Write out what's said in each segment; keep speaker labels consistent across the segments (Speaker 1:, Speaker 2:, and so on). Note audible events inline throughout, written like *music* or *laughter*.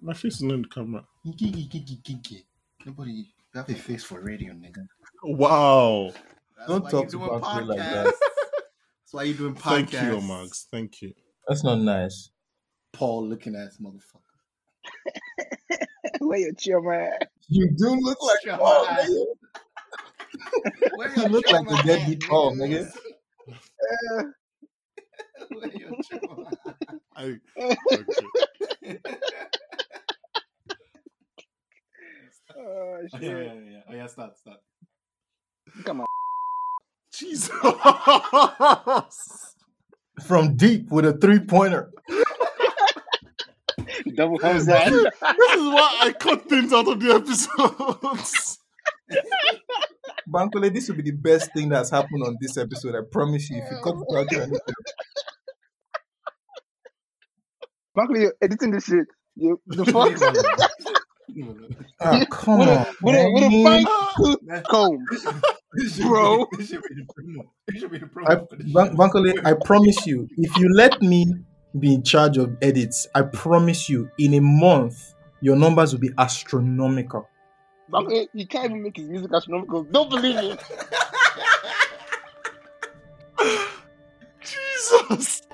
Speaker 1: My face is not in the camera.
Speaker 2: Gigi, gigi, gigi. Nobody, you have a face for radio, nigga.
Speaker 1: Wow.
Speaker 2: That's
Speaker 3: Don't
Speaker 2: why
Speaker 3: talk
Speaker 2: you
Speaker 3: to
Speaker 2: doing
Speaker 3: back me like
Speaker 2: podcasts.
Speaker 3: that.
Speaker 2: That's why you
Speaker 3: *laughs*
Speaker 2: doing podcasts.
Speaker 1: Thank you, Max. Thank you.
Speaker 3: That's not nice.
Speaker 2: Paul looking ass motherfucker.
Speaker 4: Where your chumma at?
Speaker 3: You do look like
Speaker 2: Shut
Speaker 3: Paul,
Speaker 2: up.
Speaker 3: nigga.
Speaker 2: Where
Speaker 3: *laughs* You
Speaker 2: your
Speaker 3: look like
Speaker 2: chumma
Speaker 3: a deadbeat
Speaker 2: at,
Speaker 3: Paul, nigga.
Speaker 4: Uh,
Speaker 2: *laughs* Where your chumma at?
Speaker 1: I, okay. *laughs*
Speaker 4: oh,
Speaker 2: Oh, *laughs* yeah, yeah,
Speaker 4: shit.
Speaker 2: yeah. Oh, yeah, start, start.
Speaker 4: Come on.
Speaker 1: *laughs* Jesus. *laughs*
Speaker 3: From deep with a three pointer.
Speaker 4: Double thumbs
Speaker 1: this,
Speaker 4: up.
Speaker 1: is, this is why I cut things out of the episodes.
Speaker 3: Bankole, this will be the best thing that's happened on this episode. I promise you. If you cut it out, you're *laughs* an idiot.
Speaker 4: Frankly, you're editing this shit. You, the fuck?
Speaker 3: ah, come
Speaker 4: With
Speaker 3: on.
Speaker 4: a, with a, with a
Speaker 3: man.
Speaker 4: fine tooth comb.
Speaker 2: This
Speaker 3: *laughs*
Speaker 2: should *laughs*
Speaker 4: Bro.
Speaker 2: be- This should be the promo. This should be the
Speaker 3: I,
Speaker 2: promo. for this
Speaker 3: Ban-
Speaker 2: show.
Speaker 3: Bankole, I promise you, if you let me be in charge of edits, I promise you, in a month, your numbers will be astronomical.
Speaker 4: Frankly, he can't even make his music astronomical. Don't believe me.
Speaker 1: Jesus.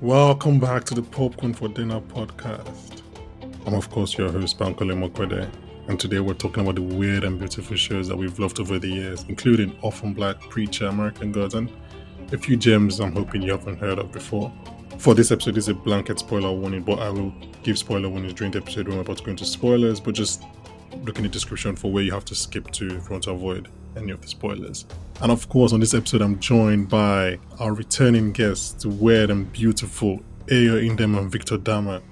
Speaker 1: Welcome back to the Popcorn for Dinner podcast. I'm, of course, your host, Bankole Mokwede, and today we're talking about the weird and beautiful shows that we've loved over the years, including Orphan Black, Preacher, American Gods, and a few gems I'm hoping you haven't heard of before. For this episode, this is a blanket spoiler warning, but I will give spoiler warnings during the episode when we're about to go into spoilers, but just look in the description for where you have to skip to if you want to avoid any of the spoilers. And of course, on this episode, I'm joined by our returning guests, the weird and beautiful Ayo Indem and Victor Dama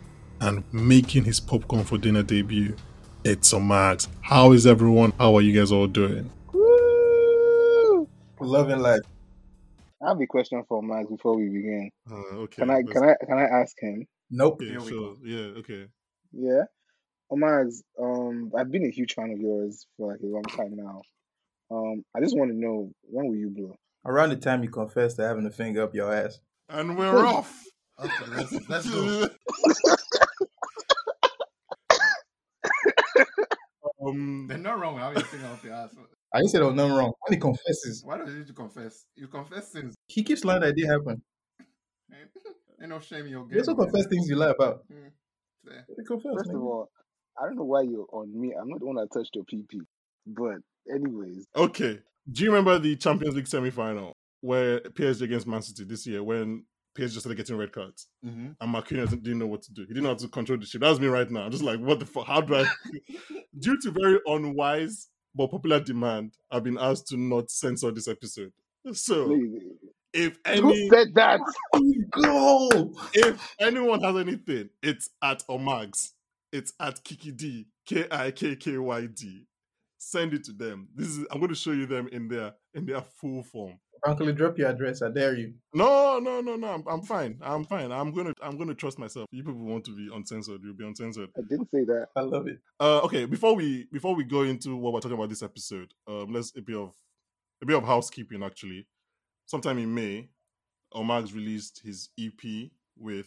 Speaker 1: and making his popcorn for dinner debut. It's a Max. How is everyone? How are you guys all doing?
Speaker 4: Woo!
Speaker 3: Love and life.
Speaker 4: I have a question for Max before we begin.
Speaker 1: Uh, okay.
Speaker 4: Can I can I can I ask him?
Speaker 3: Nope.
Speaker 1: Yeah,
Speaker 2: Here we
Speaker 1: sure. Yeah, okay.
Speaker 4: Yeah. Oh, Max, um, I've been a huge fan of yours for like a long time now. Um, I just want to know when will you blow?
Speaker 3: Around the time you confess to having a finger up your ass.
Speaker 1: And we're off.
Speaker 2: Okay, let's, let's
Speaker 3: *laughs*
Speaker 2: go.
Speaker 1: um,
Speaker 4: *laughs*
Speaker 2: They're not wrong with having a finger up your ass.
Speaker 3: I said I'm not wrong. When he confesses,
Speaker 2: Why don't you to confess? You confess sins.
Speaker 3: he keeps lying that it did happen.
Speaker 2: *laughs* Ain't no shame in your game.
Speaker 3: You also confess things you lie about.
Speaker 2: Fair.
Speaker 3: He confessed,
Speaker 4: First of
Speaker 3: nigga.
Speaker 4: all, I don't know why you're on me. I'm not the one that touched your PP. But anyways,
Speaker 1: okay. Do you remember the Champions League semi-final where PSG against Man City this year when PSG started getting red cards
Speaker 2: Mhm.
Speaker 1: and Marquinhos didn't know what to do. He didn't know how to control the ship. That's me right now. I'm just like, what the fuck? How do I? Due to very unwise but popular demand, I've been asked to not censor this episode. So.
Speaker 4: please,
Speaker 1: if
Speaker 4: who
Speaker 1: any
Speaker 4: said that?
Speaker 3: Go!
Speaker 1: if anyone has anything, it's at Omags. It's at Kiki D K I K K Y D. Send it to them. This is I'm going to show you them in their in their full form.
Speaker 3: Uncle, drop your address. I dare you.
Speaker 1: No, no, no, no. I'm, I'm fine. I'm fine. I'm gonna I'm gonna trust myself. You people want to be uncensored. You'll be uncensored.
Speaker 4: I didn't say that.
Speaker 3: I love it.
Speaker 1: Uh, okay. Before we before we go into what we're talking about this episode, um, let's a bit of a bit of housekeeping actually. Sometime in May, Omar's released his EP with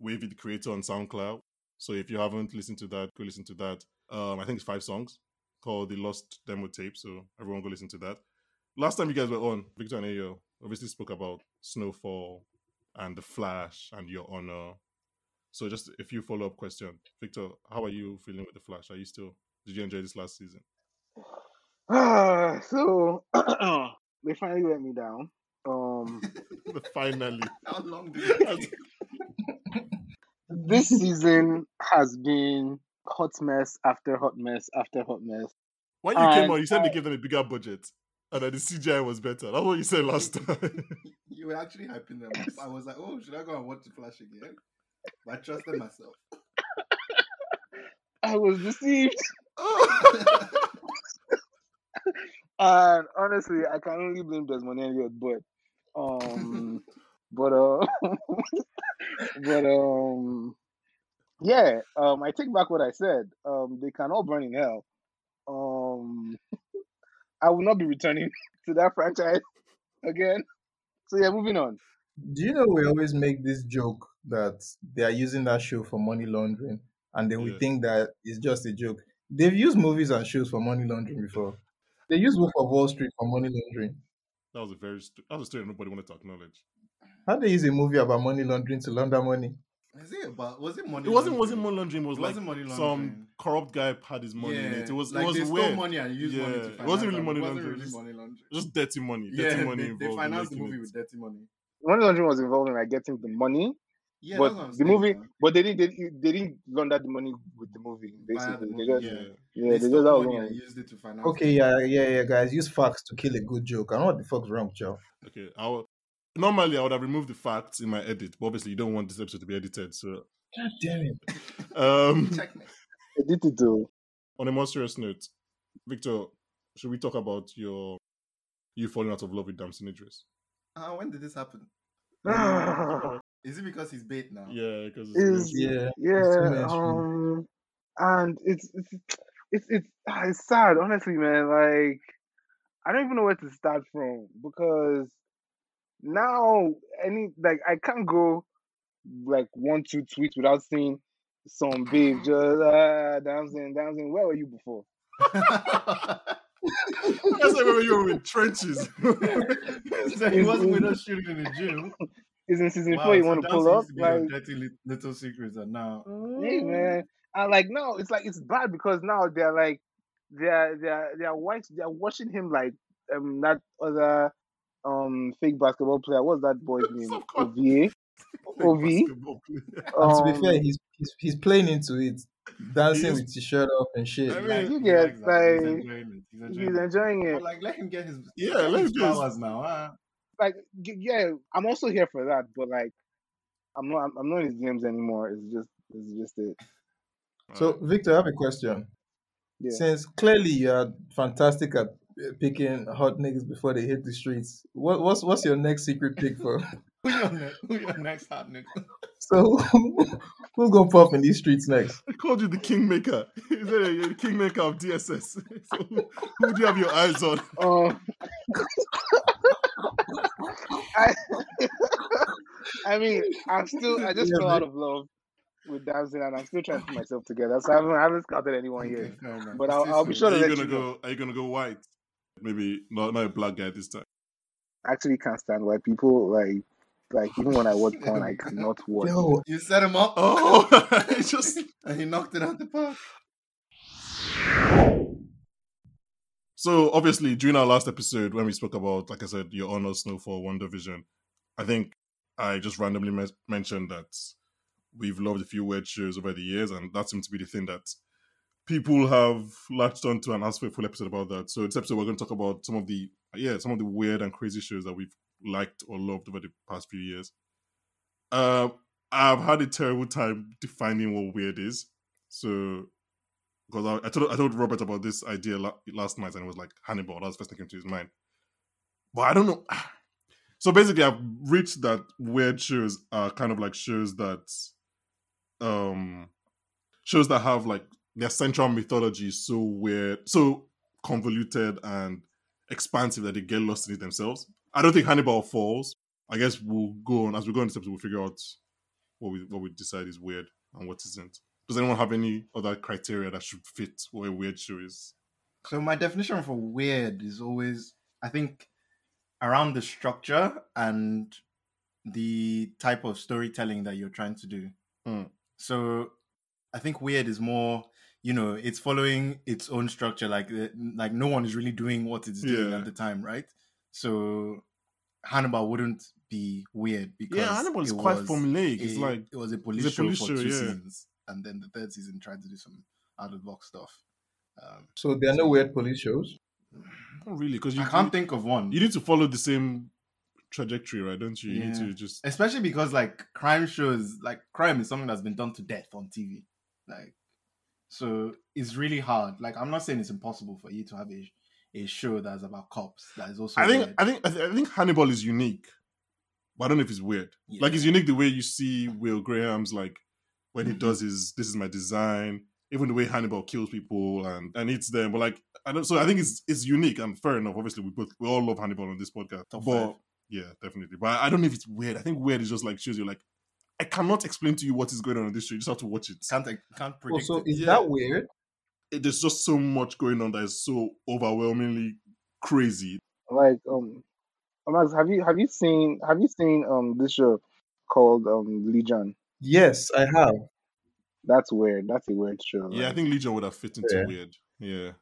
Speaker 1: Wavy the Creator on SoundCloud. So if you haven't listened to that, go listen to that. Um, I think it's five songs called the Lost Demo Tape. So everyone go listen to that. Last time you guys were on, Victor and Ayo obviously spoke about Snowfall and The Flash and Your Honor. So just a few follow up questions. Victor, how are you feeling with The Flash? Are you still did you enjoy this last
Speaker 2: *laughs*
Speaker 1: season?
Speaker 4: Ah, so *clears throat* they finally let me down. *laughs* Um,
Speaker 1: Finally.
Speaker 2: How long did
Speaker 3: *laughs*
Speaker 2: it take?
Speaker 4: this season has been hot mess after hot mess after hot mess.
Speaker 1: When you came
Speaker 4: And
Speaker 1: on, you said they gave them a bigger budget and that the CGI was better. That's what you said
Speaker 2: *laughs*
Speaker 1: last time.
Speaker 2: You were actually hyping them up. I was like, oh, should I go and watch the Flash again? But I
Speaker 1: *laughs*
Speaker 2: trusted myself.
Speaker 4: I was deceived,
Speaker 2: Oh.
Speaker 4: and honestly, I can only blame Desmond Elliott. But
Speaker 2: *laughs*
Speaker 4: Um, but uh, *laughs* but um, yeah. Um, I take back what I said. Um, they can all burn in hell. Um, *laughs* I will not be returning *laughs* to that franchise *laughs* again. So yeah, moving on.
Speaker 3: Do you know we always make this joke that they are using that show for money laundering, and then we
Speaker 1: Yeah.
Speaker 3: think that it's just a joke. They've used movies and shows for money laundering before. They used Wolf of Wall Street for money laundering.
Speaker 1: That was a very st- that was a story nobody wanted to acknowledge.
Speaker 3: How they use a movie about money laundering to launder money?
Speaker 2: Is it about was it money?
Speaker 1: It wasn't
Speaker 2: laundering?
Speaker 1: wasn't money laundering. It was
Speaker 2: It
Speaker 1: like
Speaker 2: wasn't money
Speaker 1: some
Speaker 2: laundering.
Speaker 1: corrupt guy had his money in
Speaker 2: Yeah,
Speaker 1: it. It was
Speaker 2: like
Speaker 1: it was
Speaker 2: they stole
Speaker 1: weird.
Speaker 2: money and used money
Speaker 1: Yeah,
Speaker 2: to
Speaker 1: it
Speaker 2: finance
Speaker 1: wasn't really
Speaker 2: them.
Speaker 1: money
Speaker 2: It wasn't
Speaker 1: laundering,
Speaker 2: really
Speaker 1: just-
Speaker 2: money laundering.
Speaker 1: Just dirty money. *laughs* Dirty
Speaker 2: yeah,
Speaker 1: money
Speaker 2: they,
Speaker 1: involved.
Speaker 2: they
Speaker 1: in
Speaker 2: financed the
Speaker 1: making
Speaker 2: movie
Speaker 1: it.
Speaker 2: with dirty money.
Speaker 4: Money laundering was involved in like getting the money,
Speaker 2: Yeah,
Speaker 4: but
Speaker 2: that's what I'm
Speaker 4: the
Speaker 2: saying.
Speaker 4: movie,
Speaker 2: now.
Speaker 4: but they didn't they, didn't- they didn't launder the money with the movie.
Speaker 2: Via the
Speaker 4: Basically,
Speaker 2: movie,
Speaker 4: they just
Speaker 2: yeah.
Speaker 1: Yeah.
Speaker 4: yeah,
Speaker 2: they
Speaker 4: they
Speaker 2: stole
Speaker 4: just all
Speaker 2: money and
Speaker 4: went on.
Speaker 2: used it to finance.
Speaker 3: Okay, yeah, yeah, yeah, guys, use facts to kill a good joke. I know what the fuck's wrong with y'all.
Speaker 1: Okay. I will, normally I would have removed the facts in my edit, but obviously you don't want this episode to be edited. So
Speaker 3: God damn
Speaker 2: *laughs*
Speaker 3: it.
Speaker 1: um
Speaker 2: Checkmate.
Speaker 4: They did it
Speaker 2: *sighs*
Speaker 4: though.
Speaker 1: on a more serious note, Victor, should we talk about your you falling out of love with Damson Idris?
Speaker 2: Uh, when did this happen? Is it because he's bait now?
Speaker 1: Yeah, because
Speaker 4: Is-
Speaker 3: Yeah.
Speaker 4: Yeah,
Speaker 3: much, man.
Speaker 4: um, and it's it's it's it's, ah, it's sad, honestly, man. Like, I don't even know where to start from because now any like I can't go like one two tweets without seeing some babe just ah dancing dancing. Where were you before?
Speaker 1: that's like when you were in
Speaker 4: *laughs*
Speaker 1: trenches.
Speaker 2: *laughs* so he wasn't with us shooting in the gym.
Speaker 4: Is in season
Speaker 2: Wow,
Speaker 4: four you
Speaker 2: so
Speaker 4: want to
Speaker 2: that
Speaker 4: pull
Speaker 2: seems
Speaker 4: up?
Speaker 2: to be your
Speaker 4: Like,
Speaker 2: dirty li- little secrets, and now
Speaker 4: hey
Speaker 3: Mm-hmm.
Speaker 4: man, and like no, it's like it's bad because now they're like they're they're they're white they're watching him like um that other um fake basketball player. What's that
Speaker 3: *laughs*
Speaker 4: boy's name?
Speaker 1: Of course.
Speaker 4: Ovie. Ovi.
Speaker 1: Basketball player.
Speaker 4: Um,
Speaker 3: and to be fair, he's, he's he's playing into it, dancing
Speaker 1: He's-
Speaker 3: with his shirt off and shit.
Speaker 1: I mean,
Speaker 2: Like,
Speaker 4: you
Speaker 2: he
Speaker 4: get,
Speaker 2: likes that. he's
Speaker 4: like,
Speaker 2: enjoying it. He's
Speaker 4: he's
Speaker 2: enjoying it.
Speaker 4: enjoying
Speaker 2: But
Speaker 4: it.
Speaker 2: like, let him get his
Speaker 1: Yeah,
Speaker 2: get
Speaker 1: let
Speaker 2: his
Speaker 1: him get his-
Speaker 2: flowers now. uh, Huh?
Speaker 4: Like y- yeah, I'm also here for that, but like I'm not I'm not in his DMs anymore. It's just it's just it.
Speaker 3: so, Victor, I have a question.
Speaker 4: Yeah.
Speaker 3: Since clearly you are fantastic at uh, picking hot niggas before they hit the streets, what, what's what's your next secret pick for?
Speaker 2: *laughs*
Speaker 3: *laughs*
Speaker 2: Who your next? Who your next hot nigga?
Speaker 3: so, who's gonna pop in these streets next?
Speaker 1: I called you the kingmaker. *laughs* He said You're the kingmaker of DSS. *laughs* So who, who do you have your eyes on?
Speaker 4: Um, *laughs* I, I mean, I'm still, I just
Speaker 3: Yeah,
Speaker 4: fell
Speaker 3: man.
Speaker 4: out of love with dancing and I'm still trying to put myself together. So I haven't, I haven't
Speaker 2: *laughs*
Speaker 4: scouted anyone
Speaker 2: Okay,
Speaker 4: yet.
Speaker 2: fair enough.
Speaker 4: Oh, But
Speaker 2: It's
Speaker 4: I'll-
Speaker 2: too
Speaker 4: I'll be
Speaker 2: soon.
Speaker 4: sure
Speaker 1: Are
Speaker 4: to
Speaker 1: you gonna
Speaker 4: let you
Speaker 1: go? Are you gonna go white? Maybe not, not a black guy this time.
Speaker 4: I actually can't stand white people. Like, like even when I watch
Speaker 2: There
Speaker 4: porn,
Speaker 2: we
Speaker 4: I
Speaker 2: go.
Speaker 4: cannot watch.
Speaker 3: Yo,
Speaker 2: You set him up. *laughs*
Speaker 1: Oh, it's
Speaker 4: *laughs*
Speaker 1: just
Speaker 2: and he knocked it out the park.
Speaker 1: so obviously during our last episode when we spoke about, like I said, your honor Snowfall Wonder Vision. I think I just randomly mes- mentioned that we've loved a few weird shows over the years, and that seems to be the thing that people have latched onto and asked for a full episode about that. So this episode, we're going to talk about some of the yeah, some of the weird and crazy shows that we've liked or loved over the past few years. Um, I've had a terrible time defining what weird is. So because I, I told I told Robert about this idea la- last night, and it was like Hannibal. That was the first thing that came to his mind. But I don't know. *sighs* So basically, I've reached that weird shows are kind of like shows that, um, shows that have like their central mythology is so weird, so convoluted and expansive that they get lost in it themselves. I don't think Hannibal falls. I guess we'll go on as we go on this episode. We'll figure out what we what we decide is weird and what isn't. Does anyone have any other criteria that should fit what a weird show is?
Speaker 2: So my definition for weird is always, I think, around the structure and the type of storytelling that you're trying to do.
Speaker 1: Mm.
Speaker 2: So I think weird is more, you know, it's following its own structure. Like uh, like no one is really doing what it's doing
Speaker 1: Yeah.
Speaker 2: at the time, right? So Hannibal wouldn't be weird because
Speaker 1: yeah, Hannibal is
Speaker 2: it
Speaker 1: quite
Speaker 2: was
Speaker 1: formulaic.
Speaker 2: a-
Speaker 1: it's like
Speaker 2: it was a police,
Speaker 1: police
Speaker 2: show for
Speaker 1: show,
Speaker 2: two
Speaker 1: yeah.
Speaker 2: seasons, and then the third season tried to do some out of box stuff. Um,
Speaker 3: so there are no weird police shows.
Speaker 1: not really because you
Speaker 2: I can't think of one.
Speaker 1: You need to follow the same trajectory, right? Don't you? You need
Speaker 2: Yeah.
Speaker 1: to just
Speaker 2: especially because like crime shows like crime is something that's been done to death on tv like so it's really hard like i'm not saying it's impossible for you to have a, a show that's about cops that is also
Speaker 1: I think
Speaker 2: weird.
Speaker 1: I think I, th- I think Hannibal is unique But I don't know if it's weird.
Speaker 2: Yeah.
Speaker 1: Like it's unique the way you see Will Graham's like when he does his this is my design, even the way Hannibal kills people and and eats them. But like I don't so I think it's it's unique and fair enough. Obviously we both we all love Hannibal on this podcast.
Speaker 2: Top
Speaker 1: but
Speaker 2: five.
Speaker 1: yeah, definitely. But I don't know if it's weird. I think weird is just like shows you like I cannot explain to you what is going on in this show. You just have to watch it.
Speaker 2: Can't can't predict.
Speaker 3: Also,
Speaker 2: it.
Speaker 3: Oh, is
Speaker 1: yeah.
Speaker 3: that weird?
Speaker 1: It- There's just so much going on that is so overwhelmingly crazy.
Speaker 4: Like um, Max, have you have you seen have you seen um this show called um Legion?
Speaker 3: Yes, I have.
Speaker 4: That's weird. That's a weird show.
Speaker 1: Yeah, I
Speaker 4: like,
Speaker 1: think Legion would have fit into
Speaker 3: Yeah.
Speaker 1: weird. Yeah.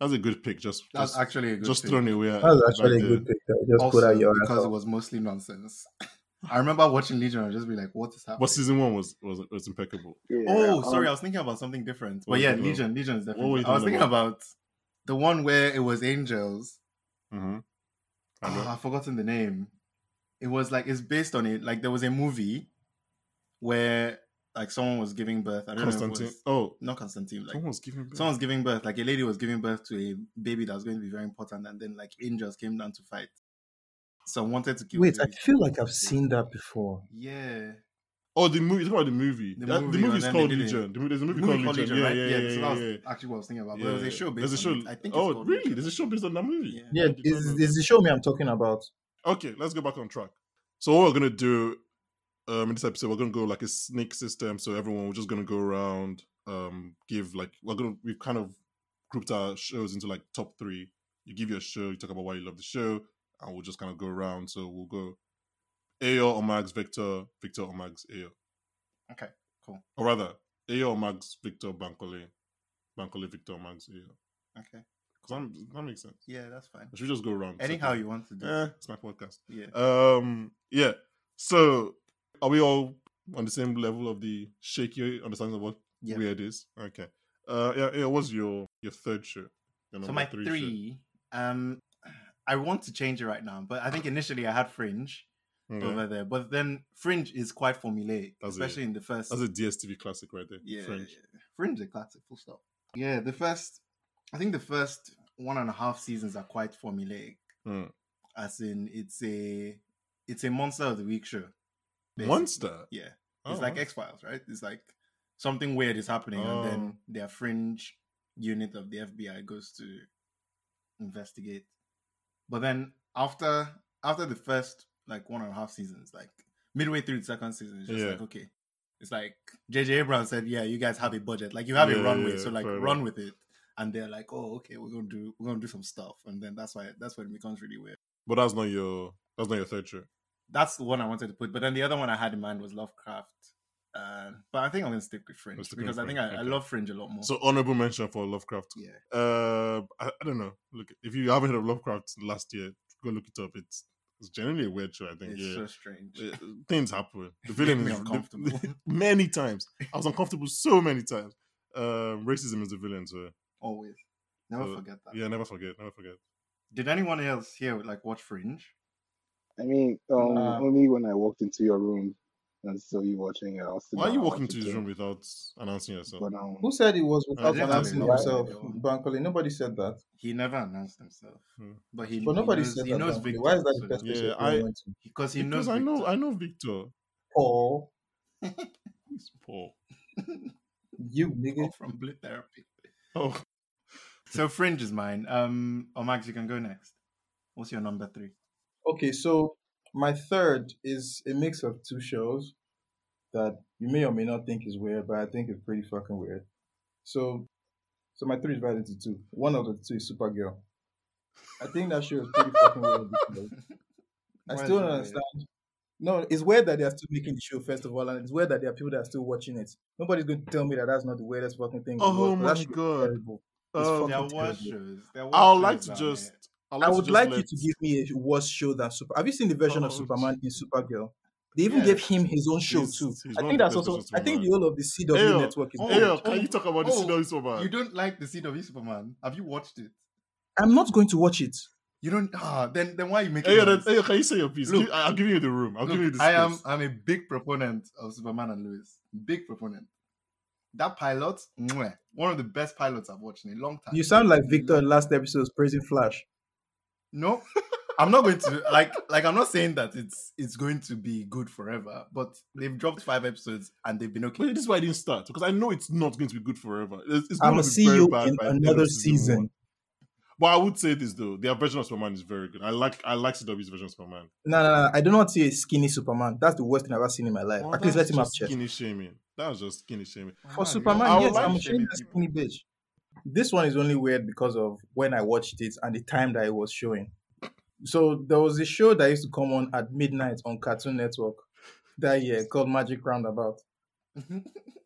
Speaker 1: That's a good pick. Just
Speaker 2: That's
Speaker 1: just,
Speaker 2: actually a good
Speaker 1: just
Speaker 2: thing.
Speaker 1: thrown away.
Speaker 3: That was actually a good picture. Just put
Speaker 2: Also,
Speaker 3: out your
Speaker 2: because it was mostly nonsense. *laughs* I remember watching Legion and just be like, "What is happening?"
Speaker 1: But season one was was, was impeccable.
Speaker 4: yeah,
Speaker 2: oh, sorry, I
Speaker 4: um,
Speaker 2: was thinking about something different.
Speaker 1: What
Speaker 2: But yeah,
Speaker 1: was it about?
Speaker 2: Legion, Legion is
Speaker 1: What were you
Speaker 2: definitely. I was
Speaker 1: thinking
Speaker 2: thinking about the one where it was angels.
Speaker 1: Mm-hmm.
Speaker 2: Ah, I've forgotten the name. It was like it's based on it. Like there was a movie where like someone was giving birth. I don't know.
Speaker 1: Constantine.
Speaker 2: If it was,
Speaker 1: Oh,
Speaker 2: not Constantine. Like
Speaker 1: someone was giving birth.
Speaker 2: someone's giving birth. Like a lady was giving birth to a baby that was going to be very important, and then like angels came down to fight. Some wanted to kill.
Speaker 3: Wait,
Speaker 2: the
Speaker 3: I
Speaker 2: baby.
Speaker 3: feel like I've seen that before.
Speaker 2: Yeah.
Speaker 1: Oh, the movie. Talk about the movie.
Speaker 2: The
Speaker 1: That- The
Speaker 2: movie,
Speaker 1: movie,
Speaker 2: and
Speaker 1: is
Speaker 2: then
Speaker 1: called
Speaker 2: they did it.
Speaker 1: Legion. The movie, there's a movie,
Speaker 2: Movie
Speaker 1: called
Speaker 2: called
Speaker 1: Legion.
Speaker 2: Legion,
Speaker 1: yeah,
Speaker 2: right?
Speaker 1: yeah,
Speaker 2: Yeah,
Speaker 1: yeah,
Speaker 2: so
Speaker 1: yeah,
Speaker 2: that was
Speaker 1: yeah,
Speaker 2: actually what I was thinking about. But
Speaker 1: yeah.
Speaker 2: there was a show based
Speaker 1: There's a show.
Speaker 2: on it. I think it's
Speaker 1: oh,
Speaker 2: called
Speaker 1: really?
Speaker 2: Legion.
Speaker 1: There's a show based on that movie.
Speaker 2: Yeah.
Speaker 3: Yeah,
Speaker 1: I did not
Speaker 3: is
Speaker 1: know
Speaker 3: is the show me I'm talking about?
Speaker 1: that. Okay, let's go back on track. So what we're gonna do um in this episode, we're gonna go like a snake system. So everyone, we're just gonna go around, um, give like we're gonna we've kind of grouped our shows into like top three. You give your show, you talk about why you love the show, and we'll just kind of go around. So we'll go Ayo, Omags, Victor, Victor, Omags, Ayo.
Speaker 2: Okay, cool.
Speaker 1: Or rather, Ayo, Omags, Victor, Bankole, Bankole, Victor, Omags, Ayo.
Speaker 2: Okay.
Speaker 1: Does that, does that make sense?
Speaker 2: Yeah, that's fine.
Speaker 1: Or should we just go around?
Speaker 2: Anyhow you want to do.
Speaker 1: Eh, it's my podcast.
Speaker 2: yeah.
Speaker 1: Um, yeah. So, are we all on the same level of the shaky understanding of what
Speaker 2: Yeah.
Speaker 1: weird is? Okay. Uh, yeah. yeah what's your your third show? Your
Speaker 2: So
Speaker 1: number
Speaker 2: my
Speaker 1: three
Speaker 2: three,
Speaker 1: show?
Speaker 2: um, I want to change it right now, but I think initially I had Fringe
Speaker 1: Okay.
Speaker 2: over there, but then Fringe is quite formulaic,
Speaker 1: That's it.
Speaker 2: especially in the first.
Speaker 1: That's a DSTV classic right there.
Speaker 2: yeah,
Speaker 1: French.
Speaker 2: yeah. Fringe is a classic. Full stop. Yeah, the first, I think the first one and a half seasons are quite formulaic.
Speaker 1: Mm.
Speaker 2: As in, it's a it's a monster of the week show. basically.
Speaker 1: Monster.
Speaker 2: Yeah.
Speaker 1: Oh,
Speaker 2: it's like
Speaker 1: wow.
Speaker 2: X Files, right? It's like something weird is happening, and
Speaker 1: Oh.
Speaker 2: then their fringe unit of the FBI goes to investigate. But then after after the first like one and a half seasons, like midway through the second season, it's just
Speaker 1: Yeah.
Speaker 2: like okay, it's like JJ Abrams said, yeah, you guys have a budget, like you have
Speaker 1: Yeah,
Speaker 2: a runway,
Speaker 1: yeah,
Speaker 2: so like
Speaker 1: fair
Speaker 2: run
Speaker 1: enough.
Speaker 2: with it. And they're like, oh, okay, we're gonna do we're gonna do some stuff, and then that's why that's when it becomes really weird.
Speaker 1: But that's not your that's not your third show.
Speaker 2: That's the one I wanted to put. But then the other one I had in mind was Lovecraft. Uh, but I think I'm going to stick with Fringe
Speaker 1: Let's stick with
Speaker 2: because I think
Speaker 1: Fringe,
Speaker 2: I, I
Speaker 1: okay.
Speaker 2: love Fringe a lot more.
Speaker 1: So honorable mention for Lovecraft.
Speaker 2: yeah,
Speaker 1: Uh, I, I don't know. Look, if you haven't heard of Lovecraft last year, go look it up. It's it's generally a weird show. I think.
Speaker 2: it's
Speaker 1: yeah.
Speaker 2: so *laughs* strange.
Speaker 1: Uh, things happen. The
Speaker 2: It
Speaker 1: villain
Speaker 2: made
Speaker 1: is
Speaker 2: me
Speaker 1: the- *laughs*
Speaker 2: uncomfortable. *laughs*
Speaker 1: many times. I was uncomfortable so many times. Um, racism is the villain, so
Speaker 2: Always, never
Speaker 1: Uh,
Speaker 2: forget that.
Speaker 1: yeah, never forget, never forget.
Speaker 2: Did anyone else here like watch Fringe?
Speaker 4: I mean, um,
Speaker 3: Nah.
Speaker 4: only when I walked into your room and saw you watching it. I was sitting
Speaker 1: Why are you
Speaker 4: down and
Speaker 1: walking
Speaker 4: watched
Speaker 1: into
Speaker 4: it
Speaker 1: his
Speaker 4: too.
Speaker 1: room without announcing yourself?
Speaker 4: But um,
Speaker 3: Who said it was
Speaker 1: I
Speaker 3: without
Speaker 1: didn't
Speaker 3: announcing
Speaker 1: have it.
Speaker 3: himself? Bankole. Nobody said that.
Speaker 2: He never announced himself,
Speaker 1: Hmm.
Speaker 2: but he
Speaker 3: But nobody
Speaker 2: he knows,
Speaker 3: said
Speaker 2: he
Speaker 3: that.
Speaker 2: knows
Speaker 3: Bankole.
Speaker 2: Victor.
Speaker 3: Why is that
Speaker 2: so
Speaker 3: the first
Speaker 2: that's-
Speaker 1: Yeah,
Speaker 3: place you
Speaker 1: I-
Speaker 3: went to?
Speaker 2: Because he
Speaker 1: because
Speaker 2: knows.
Speaker 1: I know,
Speaker 2: Victor.
Speaker 1: I know Victor.
Speaker 3: Paul,
Speaker 1: He's poor.
Speaker 3: you nigga.
Speaker 2: All *laughs* from Blue Therapy.
Speaker 1: Oh,
Speaker 2: So Fringe is mine. Um, oh Max, you can go next. What's your number three?
Speaker 3: Okay, so my third is a mix of two shows that you may or may not think is weird, but I think it's pretty fucking weird. So, so my three is divided into two. One of the two is Supergirl. I think that show is pretty fucking weird. because
Speaker 2: *laughs*
Speaker 3: I
Speaker 2: Why is
Speaker 3: still
Speaker 2: it
Speaker 3: don't
Speaker 2: weird?
Speaker 3: understand. No, it's weird that they are still making the show first of all, and it's weird that there are people that are still watching it. Nobody's going to tell me that that's not the weirdest fucking thing. in the
Speaker 1: Oh
Speaker 3: world, but
Speaker 1: my
Speaker 3: that show is
Speaker 1: God.
Speaker 3: terrible.
Speaker 1: um,
Speaker 3: fucking
Speaker 2: There
Speaker 3: terrible.
Speaker 2: was shows. There was
Speaker 1: I'll
Speaker 2: shows
Speaker 1: like to
Speaker 2: out
Speaker 1: just.
Speaker 2: there.
Speaker 1: I'd
Speaker 3: I
Speaker 1: to
Speaker 3: would
Speaker 1: just
Speaker 3: like you
Speaker 1: let-
Speaker 3: to give me a worse show than Super. Have you seen the version of
Speaker 1: Oh,
Speaker 3: Superman in Supergirl? They even
Speaker 2: Yeah.
Speaker 3: gave him his own show
Speaker 1: He's-
Speaker 3: too.
Speaker 1: he's
Speaker 3: I
Speaker 1: one of
Speaker 3: think
Speaker 1: the
Speaker 3: that's
Speaker 1: best
Speaker 3: also.
Speaker 1: versions of
Speaker 3: I think the
Speaker 1: Superman.
Speaker 3: whole of the CW
Speaker 1: Ayo,
Speaker 3: network is.
Speaker 2: oh,
Speaker 3: bad.
Speaker 1: Ayo, can you talk about this?
Speaker 2: oh,
Speaker 1: Oh, Superman?
Speaker 2: You don't like the CW Superman? Have you watched it?
Speaker 3: I'm not going to watch it.
Speaker 2: You don't. Ah, then then why are you making?
Speaker 1: Ayo,
Speaker 2: noise?
Speaker 1: then- Ayo, can you say your piece?
Speaker 2: Look.
Speaker 1: Give- I- I'll give you the room. I'll give you
Speaker 2: Look,
Speaker 1: the space.
Speaker 2: I am. I'm a big proponent of Superman and Lois. Big proponent. That pilot, mwah, one of the best pilots I've watched in a long time.
Speaker 3: You sound like Victor in last episode's praising Flash.
Speaker 2: no, I'm not going to like like I'm not saying that it's it's going to be good forever, but they've dropped five episodes and they've been
Speaker 1: But
Speaker 2: okay.
Speaker 1: this is why I didn't start because I know it's not going to be good forever. It's, it's
Speaker 3: I'm
Speaker 1: going
Speaker 3: gonna
Speaker 1: to be
Speaker 3: see
Speaker 1: very
Speaker 3: you
Speaker 1: bad
Speaker 3: in
Speaker 1: by the end of
Speaker 3: another
Speaker 1: season one.
Speaker 3: season.
Speaker 1: But I would say this though, their version of Superman is very good. I like I like CW's version of Superman.
Speaker 3: No, no, no. I do not see a skinny Superman. That's the worst thing I've ever seen in my life.
Speaker 1: Well,
Speaker 3: At least let
Speaker 1: that's
Speaker 3: him have
Speaker 1: just
Speaker 3: chest.
Speaker 1: skinny shaming. That was just skinny shaming.
Speaker 3: For
Speaker 2: Man,
Speaker 3: Superman,
Speaker 2: you know,
Speaker 1: I would
Speaker 3: yes,
Speaker 1: like
Speaker 3: I'm
Speaker 1: to
Speaker 3: ashamed
Speaker 2: shaming
Speaker 3: that
Speaker 2: people.
Speaker 3: skinny bitch. This one is only weird because of when I watched it and the time that it was showing. So there was a show that used to come on at midnight on Cartoon Network that year called Magic Roundabout, Mm-hmm.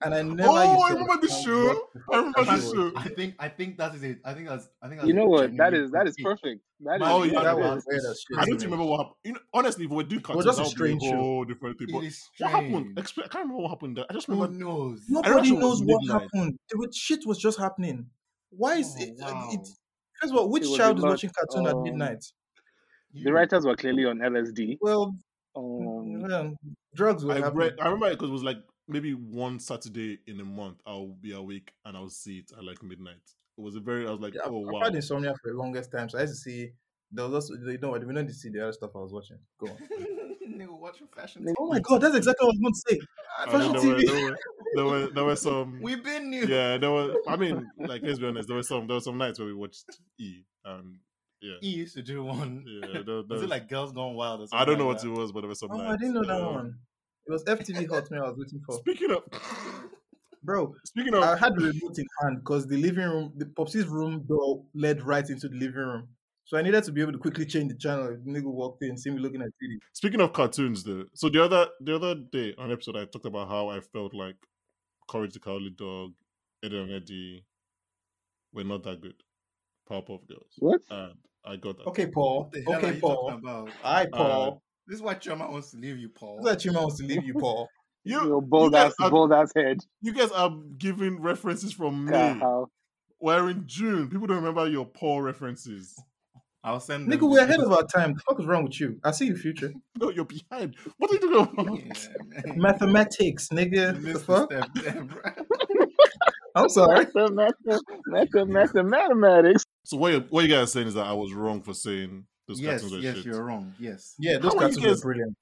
Speaker 3: and *laughs* I never.
Speaker 1: Oh,
Speaker 3: used
Speaker 1: I
Speaker 3: to
Speaker 1: remember this
Speaker 3: understand
Speaker 1: show. I
Speaker 3: what the fuck
Speaker 1: remember
Speaker 3: that
Speaker 1: this
Speaker 3: was.
Speaker 1: show.
Speaker 2: I think I think that is it. I think that's I think that's
Speaker 4: You know
Speaker 2: a
Speaker 4: what? That
Speaker 2: genuine
Speaker 4: is that is
Speaker 2: critique.
Speaker 4: perfect. That is
Speaker 2: Man,
Speaker 1: Oh, yeah,
Speaker 4: that
Speaker 3: That
Speaker 4: was
Speaker 3: was
Speaker 1: that's-
Speaker 3: weird as
Speaker 1: I
Speaker 3: shit.
Speaker 1: don't remember what happened. You know, honestly, if we were doing cartoons,
Speaker 3: just a
Speaker 1: that would be a
Speaker 3: strange show.
Speaker 1: whole different thing. But
Speaker 2: It is
Speaker 1: what happened?
Speaker 2: strange.
Speaker 1: Expl- I can't remember what happened. there. I just
Speaker 2: Who
Speaker 1: remember.
Speaker 2: knows?
Speaker 1: I remember
Speaker 3: Nobody
Speaker 1: it was
Speaker 3: knows what
Speaker 1: midnight.
Speaker 3: happened. The wa- shit was just happening. Why is
Speaker 2: Oh
Speaker 3: it? uh,
Speaker 2: wow.
Speaker 3: it first of all,
Speaker 4: it
Speaker 3: which
Speaker 4: was a
Speaker 3: child is
Speaker 4: lot.
Speaker 3: watching cartoon at
Speaker 4: Um,
Speaker 3: midnight?
Speaker 4: the
Speaker 2: You
Speaker 4: writers were clearly on LSD.
Speaker 3: Well,
Speaker 4: Um,
Speaker 3: well, drugs were
Speaker 1: I read.
Speaker 3: happening.
Speaker 1: I remember it because it was like maybe one Saturday in a month. I'll be awake and I'll see it at like midnight. It was a very. I was like,
Speaker 3: Yeah, I've,
Speaker 1: oh
Speaker 3: I've had
Speaker 1: wow.
Speaker 3: insomnia for the longest time, so I used to see. There was also, you know, what, we don't need to see the other stuff I was watching. Go on.
Speaker 2: nigga watching fashion
Speaker 4: nigga,
Speaker 3: Oh
Speaker 2: TV.
Speaker 3: my god, that's exactly what I was going to say.
Speaker 2: I
Speaker 1: I mean,
Speaker 3: Fashion
Speaker 1: there
Speaker 2: know.
Speaker 1: were
Speaker 3: TV.
Speaker 1: there were there were there were
Speaker 3: *laughs*
Speaker 1: some.
Speaker 2: We've been new.
Speaker 1: Yeah, there were. I mean, like let's be honest. There were some. There were some nights where we watched E and yeah,
Speaker 2: He used to do one.
Speaker 1: yeah. There, there
Speaker 2: *laughs* Was it
Speaker 1: was,
Speaker 2: like Girls Gone Wild or
Speaker 1: I
Speaker 2: something
Speaker 1: don't know
Speaker 2: like
Speaker 1: what
Speaker 2: that?
Speaker 1: it was, but there were some
Speaker 3: Oh, I
Speaker 1: nights.
Speaker 3: didn't know that
Speaker 1: Um,
Speaker 3: one. It was FTV Hotmail I was waiting
Speaker 2: Oh.
Speaker 3: for.
Speaker 1: speaking of *laughs*
Speaker 3: Bro,
Speaker 1: speaking of
Speaker 2: Uh,
Speaker 3: I had the remote in hand because the living room, the Popsy's room door led right into the living room. So I needed to be able to quickly change the channel. If the nigga walked in, see me looking at TV.
Speaker 1: Speaking of cartoons, though, so the other the other day on an episode, I talked about how I felt like Courage the Cowardly Dog, Eddie and Eddie were not that good. Powerpuff Girls,
Speaker 4: what?
Speaker 1: and I got that.
Speaker 3: Okay,
Speaker 2: What
Speaker 3: Paul.
Speaker 2: the hell are
Speaker 3: Okay,
Speaker 2: you talking
Speaker 3: Paul.
Speaker 2: about?
Speaker 3: Hi,
Speaker 1: Uh,
Speaker 3: Paul.
Speaker 2: This is why Chima wants to leave you,
Speaker 3: I
Speaker 2: Paul.
Speaker 3: thought Chima wants to leave you, Paul.
Speaker 1: you
Speaker 4: Your
Speaker 1: you
Speaker 4: bold
Speaker 1: guys
Speaker 4: ass,
Speaker 1: are
Speaker 4: bold ass head.
Speaker 1: you guys are giving references from
Speaker 4: God,
Speaker 1: May.
Speaker 4: how?
Speaker 1: We're in June. People don't remember your Paul references. *laughs*
Speaker 2: I'll send them
Speaker 3: Nigga, we're
Speaker 2: this
Speaker 3: ahead
Speaker 2: this
Speaker 3: of our time. The fuck is wrong with you? I see your future.
Speaker 1: No, you're behind. What are you talking
Speaker 2: *laughs*
Speaker 1: about?
Speaker 2: Yeah,
Speaker 3: *laughs*
Speaker 2: man.
Speaker 3: Mathematics,
Speaker 2: You
Speaker 3: nigga. What the
Speaker 2: missed the
Speaker 3: fuck?
Speaker 2: step there, bro.
Speaker 3: I'm sorry.
Speaker 4: Master, master, master, master, mathematics.
Speaker 1: So what you what you guys are saying is that I was wrong for saying those cartoons
Speaker 2: Yes,
Speaker 1: were
Speaker 2: yes,
Speaker 1: shit.
Speaker 2: you're wrong. Yes.
Speaker 3: Yeah, those
Speaker 1: How are you
Speaker 3: cartoons were
Speaker 1: guys
Speaker 3: brilliant.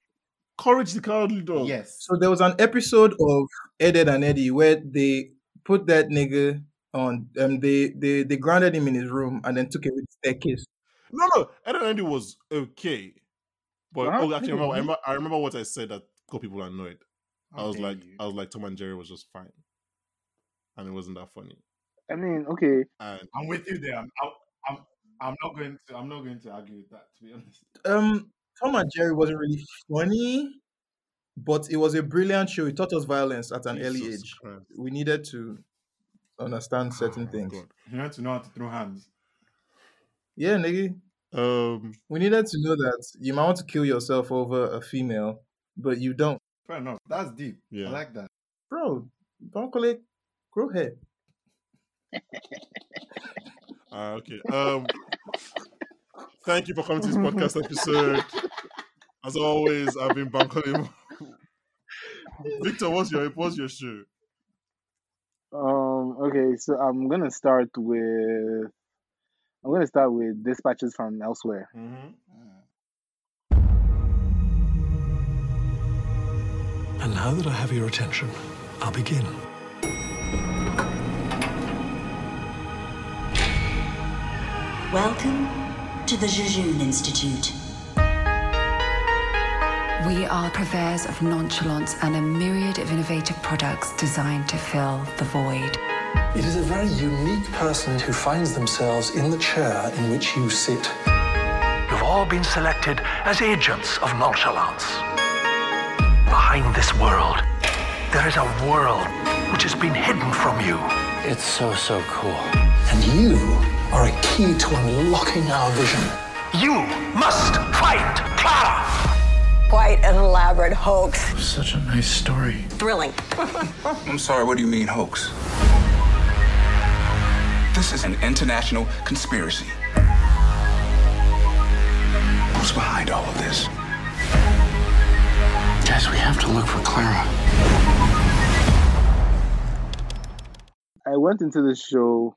Speaker 1: Courage the Cowardly Dog?
Speaker 2: Yes.
Speaker 3: So there was an episode of Ed, Ed and Eddie where they put that nigga on um they, they they grounded him in his room and then took away the staircase.
Speaker 1: No, no, Ed and Andy was okay, but
Speaker 4: Huh?
Speaker 1: oh, actually, I
Speaker 3: Nigga,
Speaker 1: remember, I
Speaker 3: what?
Speaker 1: remember, I remember what I said that got people annoyed. I
Speaker 2: How
Speaker 1: was
Speaker 2: dare
Speaker 1: like, uh,
Speaker 2: you?
Speaker 1: I was like, Tom and Jerry was just fine, and it wasn't that funny.
Speaker 4: I mean, okay.
Speaker 1: And
Speaker 2: I'm with you there. I'm, I'm, I'm I'm not going to. I'm not going to argue with that. To be honest,
Speaker 3: Um Tom and Jerry wasn't really funny, but it was a brilliant show. It taught us violence at an early
Speaker 1: Jesus
Speaker 3: age.
Speaker 1: Christ,
Speaker 3: We needed to understand
Speaker 1: oh
Speaker 3: certain
Speaker 1: my
Speaker 3: things.
Speaker 1: god.
Speaker 2: you want to know how to throw hands.
Speaker 3: Yeah, nigga.
Speaker 1: Um,
Speaker 3: We needed to know that you might want to kill yourself over a female, but you don't.
Speaker 2: Fair enough. That's deep. I
Speaker 1: yeah,
Speaker 2: like that.
Speaker 3: Bro, don't call it grow hair.
Speaker 1: uh, okay. Um, thank you for coming to this podcast episode. As always, I've been Bankolim. Victor, what's your what's your shoe?
Speaker 4: um. Okay. So I'm gonna start with. I'm gonna start with dispatches from elsewhere.
Speaker 1: Mm-hmm.
Speaker 2: Ah.
Speaker 5: And now that I have your attention, I'll begin.
Speaker 6: Welcome to the Jejun Institute.
Speaker 7: We are purveyors of nonchalance and a myriad of innovative products designed to fill the void.
Speaker 5: It is a very unique person who finds themselves in the chair in which you sit. You've all been selected as agents of nonchalance. Behind this world, there is a world which has been hidden from you. It's so, so cool. And you are a key to unlocking our vision. You must find Clara!
Speaker 8: Quite an elaborate hoax.
Speaker 5: Such a nice story.
Speaker 8: Thrilling.
Speaker 9: I'm sorry, what do you mean hoax? This is an international conspiracy. Who's behind all of this?
Speaker 5: Guys, we have to look for Clara.
Speaker 4: I went into this show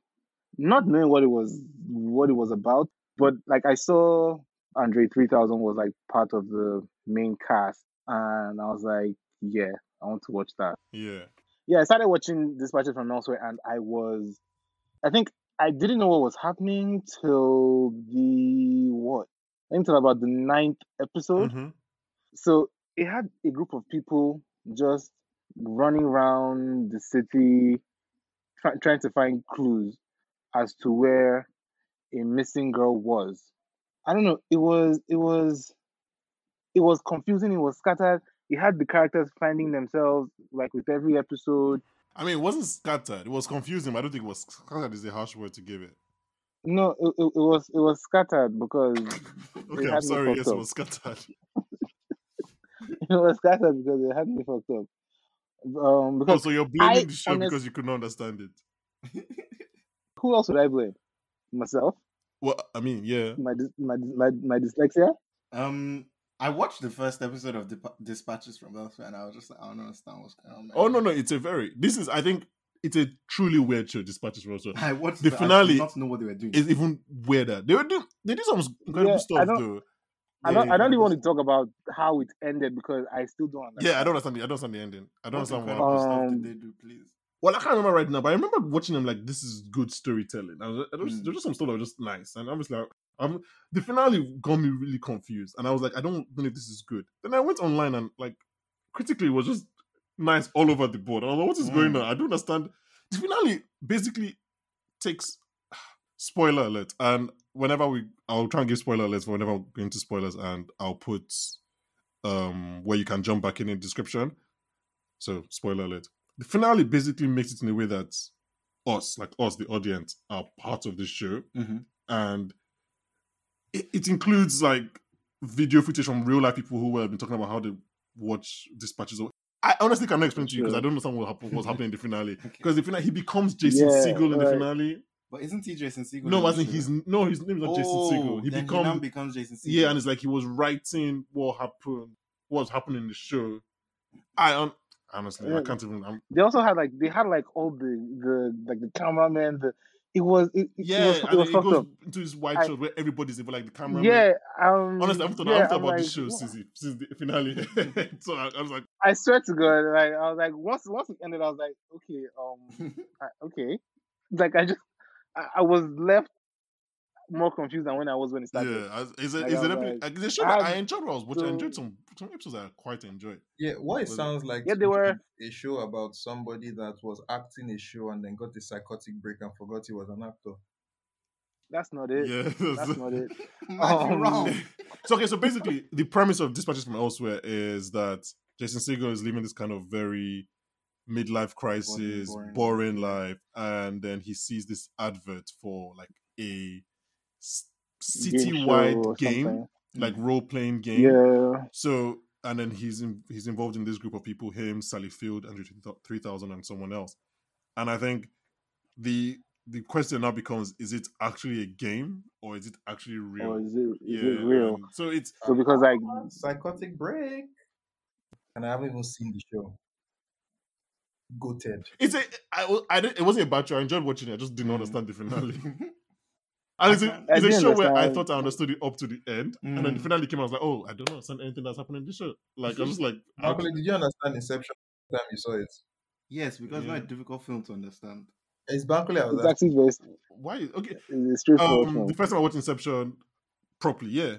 Speaker 4: not knowing what it was, what it was about, but like I saw Andre 3000 was like part of the main cast, and I was like, yeah, I want to watch that.
Speaker 1: Yeah.
Speaker 4: Yeah, I started watching Dispatches from Elsewhere, and I was, I think I didn't know what was happening till the what? I think till about the ninth episode.
Speaker 1: Mhm.
Speaker 4: So it had a group of people just running around the city, try- trying to find clues as to where a missing girl was. I don't know. It was it was it was confusing. It was scattered. It had the characters finding themselves like with every episode.
Speaker 1: I mean, it wasn't scattered. It was confusing, but I don't think it was scattered is a harsh word to give it.
Speaker 4: No, it, it, it was it was scattered because *laughs*
Speaker 1: Okay,
Speaker 4: had me
Speaker 1: I'm sorry.
Speaker 4: fucked
Speaker 1: Yes, it
Speaker 4: up.
Speaker 1: was scattered.
Speaker 4: *laughs* it was scattered because it had me fucked up. Um,
Speaker 1: Oh,
Speaker 4: because
Speaker 1: so you're blaming
Speaker 4: I
Speaker 1: the show
Speaker 4: honest-
Speaker 1: because you couldn't understand it.
Speaker 2: *laughs*
Speaker 4: who else would I blame? Myself,
Speaker 1: Well, I mean, yeah.
Speaker 4: my dys- my dys- my, my dyslexia.
Speaker 2: Um, I watched the first episode of Dip- Dispatches from Elsewhere, and I was just like, I don't understand what's going on. man.
Speaker 1: Oh no, no, it's a very. This is, I think, it's a truly weird show. Dispatches from Elsewhere.
Speaker 2: *laughs* I watched
Speaker 1: The
Speaker 2: it, I
Speaker 1: finale
Speaker 2: did not know what they were doing.
Speaker 1: It's
Speaker 2: *laughs*
Speaker 1: even weirder. They were doing, they did some incredible
Speaker 4: Yeah, I
Speaker 1: stuff
Speaker 4: don't-
Speaker 1: though.
Speaker 4: I don't
Speaker 1: Yeah,
Speaker 4: I don't even want
Speaker 1: incredible
Speaker 4: to talk about how it ended because I still don't
Speaker 1: stuff. Yeah, I
Speaker 4: understand.
Speaker 1: don't understand. The, I don't understand the ending. I don't
Speaker 2: What
Speaker 1: understand why.
Speaker 2: incredible stuff
Speaker 4: Um,
Speaker 2: did they do, please?
Speaker 1: Well, I can't remember right now, but I remember watching them like this is good storytelling. I was, I was,
Speaker 2: Mm.
Speaker 1: There was just some stuff that was just nice, and I was like, I'm, the finale got me really confused, and I was like, I don't know if this is good. Then I went online and like critically it was just nice all over the board. I was like, what is going
Speaker 2: Mm.
Speaker 1: on? I don't understand. The finale basically takes spoiler alert, and whenever we, I'll try and give spoiler alerts for whenever I'm going to spoilers, and I'll put um where you can jump back in the description. So spoiler alert the finale basically makes it in a way that us, like us, the audience, are part of the show,
Speaker 4: Mm-hmm.
Speaker 2: Mhm.
Speaker 1: and it, it includes like video footage from real life people who have been talking about how they watch dispatches. I honestly cannot explain to you because
Speaker 4: Sure.
Speaker 1: I don't understand what happened, what's happening in the
Speaker 4: *laughs*
Speaker 1: finale.
Speaker 2: Okay.
Speaker 1: Because the finale, he becomes Jason
Speaker 4: Yeah,
Speaker 1: Segel in the
Speaker 4: right.
Speaker 1: finale.
Speaker 2: But isn't he Jason Segel?
Speaker 1: No,
Speaker 2: in the
Speaker 1: wasn't
Speaker 2: show?
Speaker 1: his? No, his name is not
Speaker 2: oh,
Speaker 1: Jason Segel. He
Speaker 2: then he now
Speaker 1: becomes
Speaker 2: becomes Jason Segel.
Speaker 1: yeah, and it's like he was writing what happened, what's happening in the show. I um, honestly, I
Speaker 4: Yeah.
Speaker 1: can't even. I'm,
Speaker 4: They also had like they had like all the the like the cameraman. The it was it, it-
Speaker 1: Yeah,
Speaker 4: it was, it
Speaker 1: and then
Speaker 4: was
Speaker 1: it
Speaker 4: fucked
Speaker 1: goes
Speaker 4: up.
Speaker 1: into this white
Speaker 4: I-
Speaker 1: show where everybody's involved, like the camera.
Speaker 4: Yeah, um,
Speaker 1: Honestly, I've thought,
Speaker 4: yeah,
Speaker 1: I've thought
Speaker 4: I'm
Speaker 1: about this
Speaker 4: like,
Speaker 1: show
Speaker 4: "Wha-
Speaker 1: since, the- since the finale. *laughs* so I, I was like,
Speaker 4: *laughs* I swear to God, like I was like once once it ended, I was like, okay,
Speaker 1: *laughs*
Speaker 4: um, I, okay, like I just I, I was left more confused than when I was when it started.
Speaker 1: yeah, I- it's a,
Speaker 4: Like,
Speaker 1: it's, an
Speaker 4: I'm
Speaker 1: epi-
Speaker 4: like,
Speaker 1: like, it's a show that I
Speaker 4: I'm
Speaker 1: enjoyed while I was watching. I enjoyed
Speaker 4: so-
Speaker 1: some some episodes I quite enjoyed.
Speaker 3: Yeah, what it
Speaker 1: Was it-
Speaker 3: sounds like
Speaker 4: Yeah,
Speaker 3: to
Speaker 4: they
Speaker 3: me
Speaker 4: were-
Speaker 3: is a show about somebody that was acting a show and then got a psychotic break and forgot he was an actor.
Speaker 4: That's not it.
Speaker 1: yeah, *laughs*
Speaker 4: That's not it.
Speaker 2: Matthew
Speaker 4: Um,
Speaker 2: Rao.
Speaker 1: so okay, so basically, the premise of Dispatches from Elsewhere is that Jason Segel is living this kind of very midlife crisis, boring,
Speaker 2: boring
Speaker 1: life, and then he sees this advert for like a s-
Speaker 4: Game show
Speaker 1: citywide
Speaker 4: or
Speaker 1: game,
Speaker 4: something. Mm.
Speaker 1: like role playing game.
Speaker 4: Yeah.
Speaker 1: So, and then he's in, he's involved in this group of people: him, Sally Field, Andrew three thousand, and someone else. And I think the the question now becomes: Is it actually a game, or is it actually real?
Speaker 4: Or is it, is it real?
Speaker 1: and So it's
Speaker 4: So because like
Speaker 3: Psychotic break. And I haven't even seen the show. Goated.
Speaker 1: it's a I, wa- I didn't, it wasn't a bad show. I enjoyed watching it. I just did not understand the
Speaker 4: *laughs*
Speaker 1: finale. And it's a,
Speaker 4: Mm. I
Speaker 1: it's a show
Speaker 4: didn't
Speaker 1: where I
Speaker 4: understand.
Speaker 1: thought I understood it up to the end, and then the
Speaker 2: Mm.
Speaker 1: finale came. I was like, "Oh, I don't understand anything that's happening in this show." Like I was just like,
Speaker 3: Michael, did you understand Inception the time you saw it?
Speaker 2: yes, because it's not
Speaker 1: Yeah.
Speaker 2: a difficult film to understand.
Speaker 3: It's Bankole I was
Speaker 4: it's actually very s-
Speaker 1: "Why?" Okay,
Speaker 4: it's a straightforward
Speaker 1: um,
Speaker 4: film.
Speaker 1: the first time I watched Inception properly, yeah,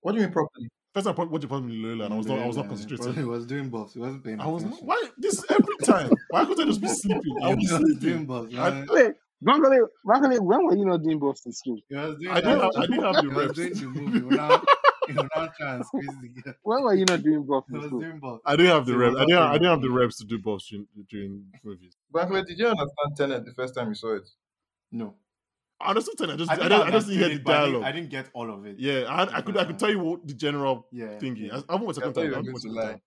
Speaker 3: What do you mean properly?
Speaker 1: First time I watched it from Lola and I was not I was
Speaker 4: Mm,
Speaker 1: not
Speaker 2: Yeah,
Speaker 1: concentrating.
Speaker 2: probably was doing buffs. He wasn't paying
Speaker 1: I was not
Speaker 2: attention.
Speaker 1: why this every time. Why couldn't I just be sleeping? I
Speaker 2: He
Speaker 1: was
Speaker 2: was
Speaker 1: sleeping.
Speaker 2: doing buffs.
Speaker 1: I-
Speaker 2: man.
Speaker 4: Wait, Bankole, Bankole, when were you not doing both in school?
Speaker 2: He was doing
Speaker 1: I didn't have,
Speaker 2: that-
Speaker 1: I didn't have
Speaker 2: he
Speaker 1: the
Speaker 2: was doing
Speaker 4: *laughs*
Speaker 1: reps. *laughs*
Speaker 2: the move. He will now, *laughs* he will now try and squeeze *laughs* the girl.
Speaker 4: When were you not doing both
Speaker 2: He
Speaker 4: in
Speaker 2: was
Speaker 4: school?
Speaker 2: doing buffs.
Speaker 1: I didn't have the
Speaker 2: He
Speaker 1: reps.
Speaker 2: was
Speaker 1: I didn't have,
Speaker 2: not
Speaker 1: I didn't have the
Speaker 2: doing-
Speaker 1: reps to do boss during, during movies.
Speaker 3: Bankole, did you understand Tenet the first time you saw it?
Speaker 2: No.
Speaker 1: I understood I just I,
Speaker 2: did
Speaker 1: don't, I just
Speaker 2: understand
Speaker 1: didn't hear
Speaker 2: it,
Speaker 1: the
Speaker 2: but I didn't-
Speaker 1: dialogue.
Speaker 2: I didn't get all of it.
Speaker 1: yeah, I, I could I could tell you what the general
Speaker 2: Yeah.
Speaker 1: thingy.
Speaker 2: yeah.
Speaker 1: I, I haven't watched
Speaker 3: I
Speaker 1: second
Speaker 3: thought
Speaker 1: time.
Speaker 3: you
Speaker 1: I
Speaker 3: were
Speaker 1: haven't
Speaker 3: going
Speaker 1: watched
Speaker 3: to
Speaker 1: second
Speaker 3: lie.
Speaker 1: time.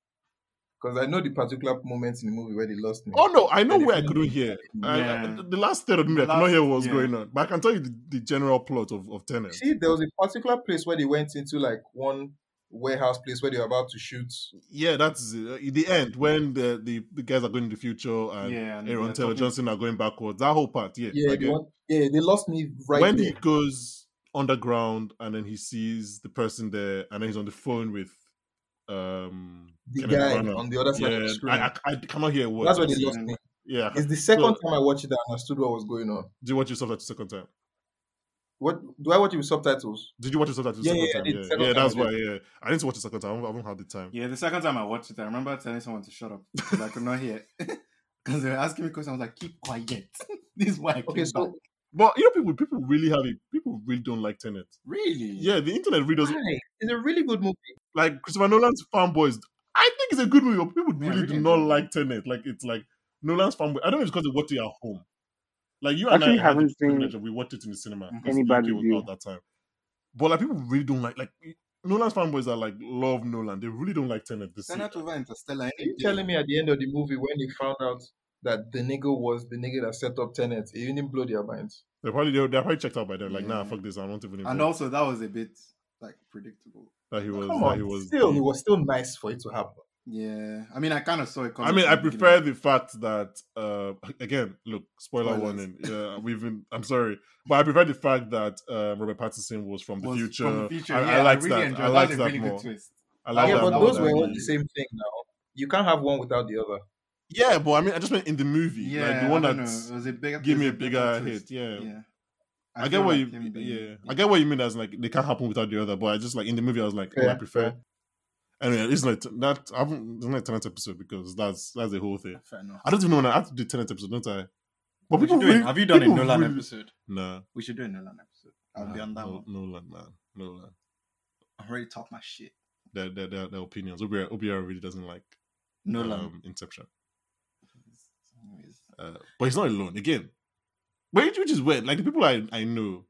Speaker 3: Because I know the particular moments in the movie where they lost me.
Speaker 1: Oh no, I know
Speaker 3: And the
Speaker 1: where I
Speaker 3: film-
Speaker 1: couldn't hear. I- I-
Speaker 2: Yeah.
Speaker 1: the last third of the
Speaker 2: The
Speaker 1: movie, I could not
Speaker 2: last-
Speaker 1: hear what was
Speaker 2: yeah.
Speaker 1: going on. But I can tell you the, the general plot of, of Tenet.
Speaker 3: See, there was a particular place where they went into like one warehouse place where they were about to shoot.
Speaker 1: Yeah, that's uh, the end when the, the, the guys are going to the future and
Speaker 2: Yeah,
Speaker 1: Aaron
Speaker 2: and they're
Speaker 1: Taylor
Speaker 2: talking-
Speaker 1: Johnson are going backwards. That whole part, yeah. I
Speaker 3: Yeah,
Speaker 1: get
Speaker 3: they
Speaker 1: it.
Speaker 3: want- yeah, they lost me right
Speaker 1: when
Speaker 3: there.
Speaker 1: he goes underground, and then he sees the person there, and then he's on the phone with um
Speaker 3: The
Speaker 1: Kenneth
Speaker 3: guy
Speaker 1: Branagh.
Speaker 3: on the other side of the
Speaker 1: Yeah,
Speaker 3: screen.
Speaker 1: I, I, I cannot hear what.
Speaker 3: That's why they lost me.
Speaker 1: Yeah, I
Speaker 3: It's
Speaker 1: can-
Speaker 3: the second
Speaker 1: So-
Speaker 3: time I watched it that I understood what was going on.
Speaker 1: did you watch yourself that second time?
Speaker 3: What do I watch it with subtitles?
Speaker 1: Did you watch yourself that
Speaker 3: Yeah,
Speaker 1: second
Speaker 3: yeah,
Speaker 1: time?
Speaker 3: I did.
Speaker 1: Yeah,
Speaker 3: Second
Speaker 1: yeah,
Speaker 3: time
Speaker 1: that's
Speaker 3: I
Speaker 1: why. Yeah, I didn't watch the second time. I haven't, I haven't had the time.
Speaker 2: Yeah, the second time I watched it, I remember telling someone to shut up because I could not hear. *laughs* Because they were asking me questions, I was like, "Keep quiet." *laughs* this is why. I
Speaker 3: Okay,
Speaker 2: came
Speaker 3: so
Speaker 2: back.
Speaker 1: But you know, people people really have it. People really don't like Tenet.
Speaker 2: really,
Speaker 1: Yeah, the internet really doesn't
Speaker 3: Why? It's a really good movie.
Speaker 1: like Christopher Nolan's fanboys. I think it's a good movie, but people
Speaker 2: Yeah, I
Speaker 1: really
Speaker 2: really
Speaker 1: do not
Speaker 2: enjoyed it.
Speaker 1: like Tenet. Like it's like Nolan's fanboy. I don't know if it's because they watch it at home. Like you and
Speaker 4: Actually,
Speaker 1: I had the
Speaker 4: haven't seen
Speaker 1: privilege of- we watched it in the cinema. because the
Speaker 4: anybody's
Speaker 1: UK was
Speaker 4: view.
Speaker 1: out that time. But like people really don't like like Nolan's fanboys are like love Nolan. They really don't like Tenet. This
Speaker 2: Turn out over Interstellar.
Speaker 3: Are you telling me at the end of the movie when they found out that the nigga was the nigga that set up Tenet, it didn't blow their minds?
Speaker 1: they're probably they're, they're probably checked out by then. Like nah,
Speaker 2: Yeah.
Speaker 1: fuck this. I don't even.
Speaker 2: And
Speaker 1: involved.
Speaker 2: also, that was a bit like predictable.
Speaker 1: That he was.
Speaker 3: Come
Speaker 1: That
Speaker 3: on,
Speaker 1: he was.
Speaker 3: still, it was still nice for it to happen.
Speaker 2: Yeah, I mean, I kind of saw it coming.
Speaker 1: I mean,
Speaker 2: from
Speaker 1: I
Speaker 2: the
Speaker 1: prefer
Speaker 2: beginning.
Speaker 1: the fact that uh again, look, spoiler
Speaker 2: Spoilers.
Speaker 1: warning. Yeah, we've been. I'm sorry, but I prefer the fact that uh, Robert Pattinson was from the
Speaker 2: Was
Speaker 1: future.
Speaker 2: From the future.
Speaker 1: I,
Speaker 2: yeah,
Speaker 1: I liked
Speaker 2: really
Speaker 1: that.
Speaker 2: enjoyed
Speaker 1: I
Speaker 2: it.
Speaker 1: liked
Speaker 2: was
Speaker 1: that,
Speaker 2: a really
Speaker 1: more.
Speaker 2: Good twist.
Speaker 1: I liked
Speaker 3: yeah,
Speaker 1: that
Speaker 3: but
Speaker 1: more
Speaker 3: those
Speaker 1: than
Speaker 3: were all
Speaker 1: the-
Speaker 3: the same thing now. You can't have one without the other.
Speaker 1: Yeah, but I mean, I just meant in the movie,
Speaker 2: Yeah,
Speaker 1: like the one
Speaker 2: I don't
Speaker 1: that
Speaker 2: know. It was a bigger.
Speaker 1: gave
Speaker 2: it
Speaker 1: me a
Speaker 2: was
Speaker 1: bigger
Speaker 2: twist.
Speaker 1: hit. Yeah.
Speaker 2: Yeah.
Speaker 1: I,
Speaker 2: feel
Speaker 1: get what
Speaker 2: like
Speaker 1: you.
Speaker 2: him being-
Speaker 1: yeah, I get what you mean. As like they can't happen without the other. But I just like in the movie, I was like, oh, I
Speaker 3: Fair,
Speaker 1: prefer. Anyway, it's like that. I haven't. It's not a tenant episode because that's that's the whole thing.
Speaker 2: Fair enough.
Speaker 1: I don't even know when I have to do tenant episode, don't I? But
Speaker 2: We should do
Speaker 1: really-
Speaker 2: it. Have you done a
Speaker 1: people
Speaker 2: Nolan
Speaker 1: really-
Speaker 2: episode?
Speaker 1: Nah.
Speaker 2: We should do a Nolan episode. I'll
Speaker 1: nah,
Speaker 2: be on that
Speaker 1: no,
Speaker 2: one.
Speaker 1: Nolan, man. Nolan.
Speaker 2: I already talked my shit.
Speaker 1: Their, their, their, their opinions. OBR, OBR really doesn't like
Speaker 2: Nolan.
Speaker 1: um, Inception. Uh, but he's not alone. Again, which, which is weird. Like the people I, I know,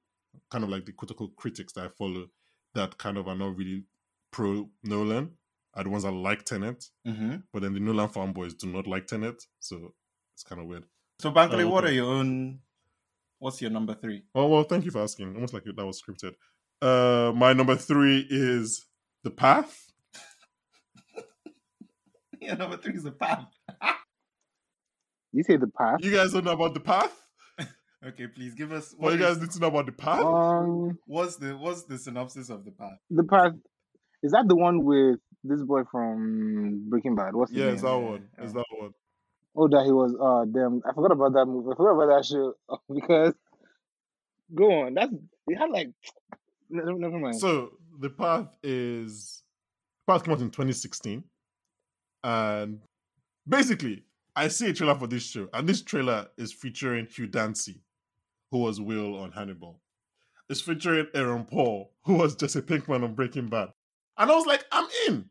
Speaker 1: kind of like the quote unquote critics that I follow, that kind of are not really pro Nolan, are the ones that like Tenet.
Speaker 2: Mm-hmm.
Speaker 1: But then the Nolan fanboys do not like Tenet. So it's kind of weird.
Speaker 2: So, Bankole,
Speaker 1: Oh,
Speaker 2: what
Speaker 1: okay.
Speaker 2: are your own? What's your number three? *laughs*
Speaker 1: Oh well, thank you for asking. Almost like that was scripted. Uh, my number three is The Path.
Speaker 2: Your number three is a path.
Speaker 4: You say the path.
Speaker 1: You guys don't know about The Path.
Speaker 2: Okay, please give us.
Speaker 1: Well, you
Speaker 2: What
Speaker 1: guys
Speaker 2: is- Oh,
Speaker 1: need to know about The Path.
Speaker 4: Um,
Speaker 2: what's the what's the synopsis of the path?
Speaker 4: the path. Is that the one with this boy from Breaking Bad? What's his
Speaker 1: yeah,
Speaker 4: name?
Speaker 1: it's that
Speaker 2: yeah,
Speaker 1: one.
Speaker 2: yeah.
Speaker 1: It's that one.
Speaker 4: Oh, that he was. Uh, damn, I forgot about that movie. I forgot about that show *laughs* oh, because go on. That's they had like. Never, never mind.
Speaker 1: So the path is path came out in 2016, and basically, I see a trailer for this show, and this trailer is featuring Hugh Dancy, who was Will on Hannibal. It's featuring Aaron Paul, who was Jesse Pinkman on Breaking Bad, and I was like, I'm in.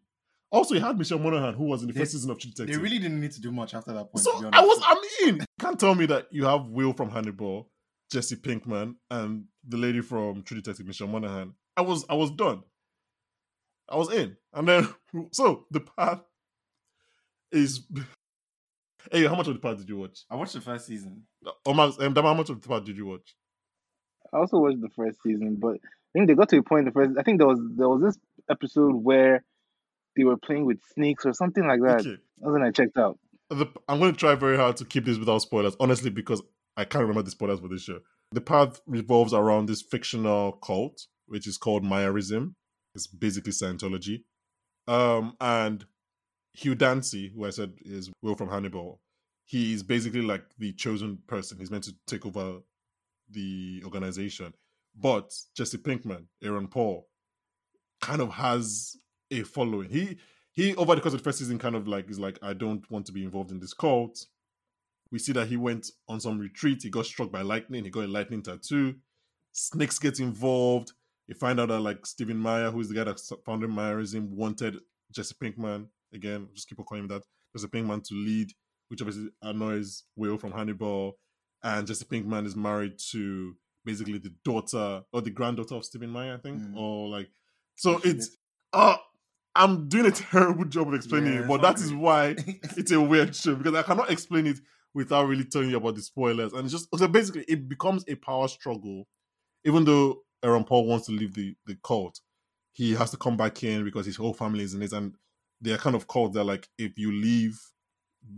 Speaker 1: Also, he had Michelle Monaghan, who was in the
Speaker 2: They-
Speaker 1: first season of True
Speaker 2: They
Speaker 1: Detective.
Speaker 2: really didn't need to do much after that point. to
Speaker 1: So
Speaker 2: be honest.
Speaker 1: I was, I'm in. You can't tell me that you have Will from Hannibal, Jesse Pinkman, and the lady from True Detective, Michelle Monaghan. I was, I was done. I was in, and then *laughs* so the path is. *laughs* Hey, how much of the path did you watch?
Speaker 2: I watched the first season.
Speaker 1: Omar, um, Dama, how much of the path did you watch?
Speaker 4: I also watched the first season, but I think they got to a point in the first. I think there was there was this episode where they were playing with snakes or something like that.
Speaker 1: Okay,
Speaker 4: That's when I checked out.
Speaker 1: the, I'm going to try very hard to keep this without spoilers, honestly, because I can't remember the spoilers for this show. The path revolves around this fictional cult, which is called Myerism. It's basically Scientology. Um, and Hugh Dancy, who I said is Will from Hannibal, he's basically like the chosen person. He's meant to take over the organization. But Jesse Pinkman, Aaron Paul, kind of has a following. He he over the course of the first season kind of like is like, I don't want to be involved in this cult. We see that he went on some retreat, he got struck by lightning, he got a lightning tattoo. Snakes get involved. You find out that like Stephen Meyer, who is the guy that founded Meyerism, wanted Jesse Pinkman again, just keep on calling him that, Jesse Pinkman to lead, which obviously annoys Will from Hannibal. And Jesse Pinkman is married to basically the daughter or the granddaughter of Stephen Meyer, I think.
Speaker 2: Mm.
Speaker 1: Or like so
Speaker 2: Actually,
Speaker 1: it's uh I'm doing a *laughs* terrible job of explaining
Speaker 2: Yeah,
Speaker 1: it,
Speaker 2: it's
Speaker 1: but
Speaker 2: not
Speaker 1: that is
Speaker 2: great. *laughs*
Speaker 1: why it's a weird show because I cannot explain it without really telling you about the spoilers. And it's just so basically it becomes a power struggle. Even though Aaron Paul wants to leave the, the cult, he has to come back in because his whole family is in it. And they're kind of cult. They're like, if you leave,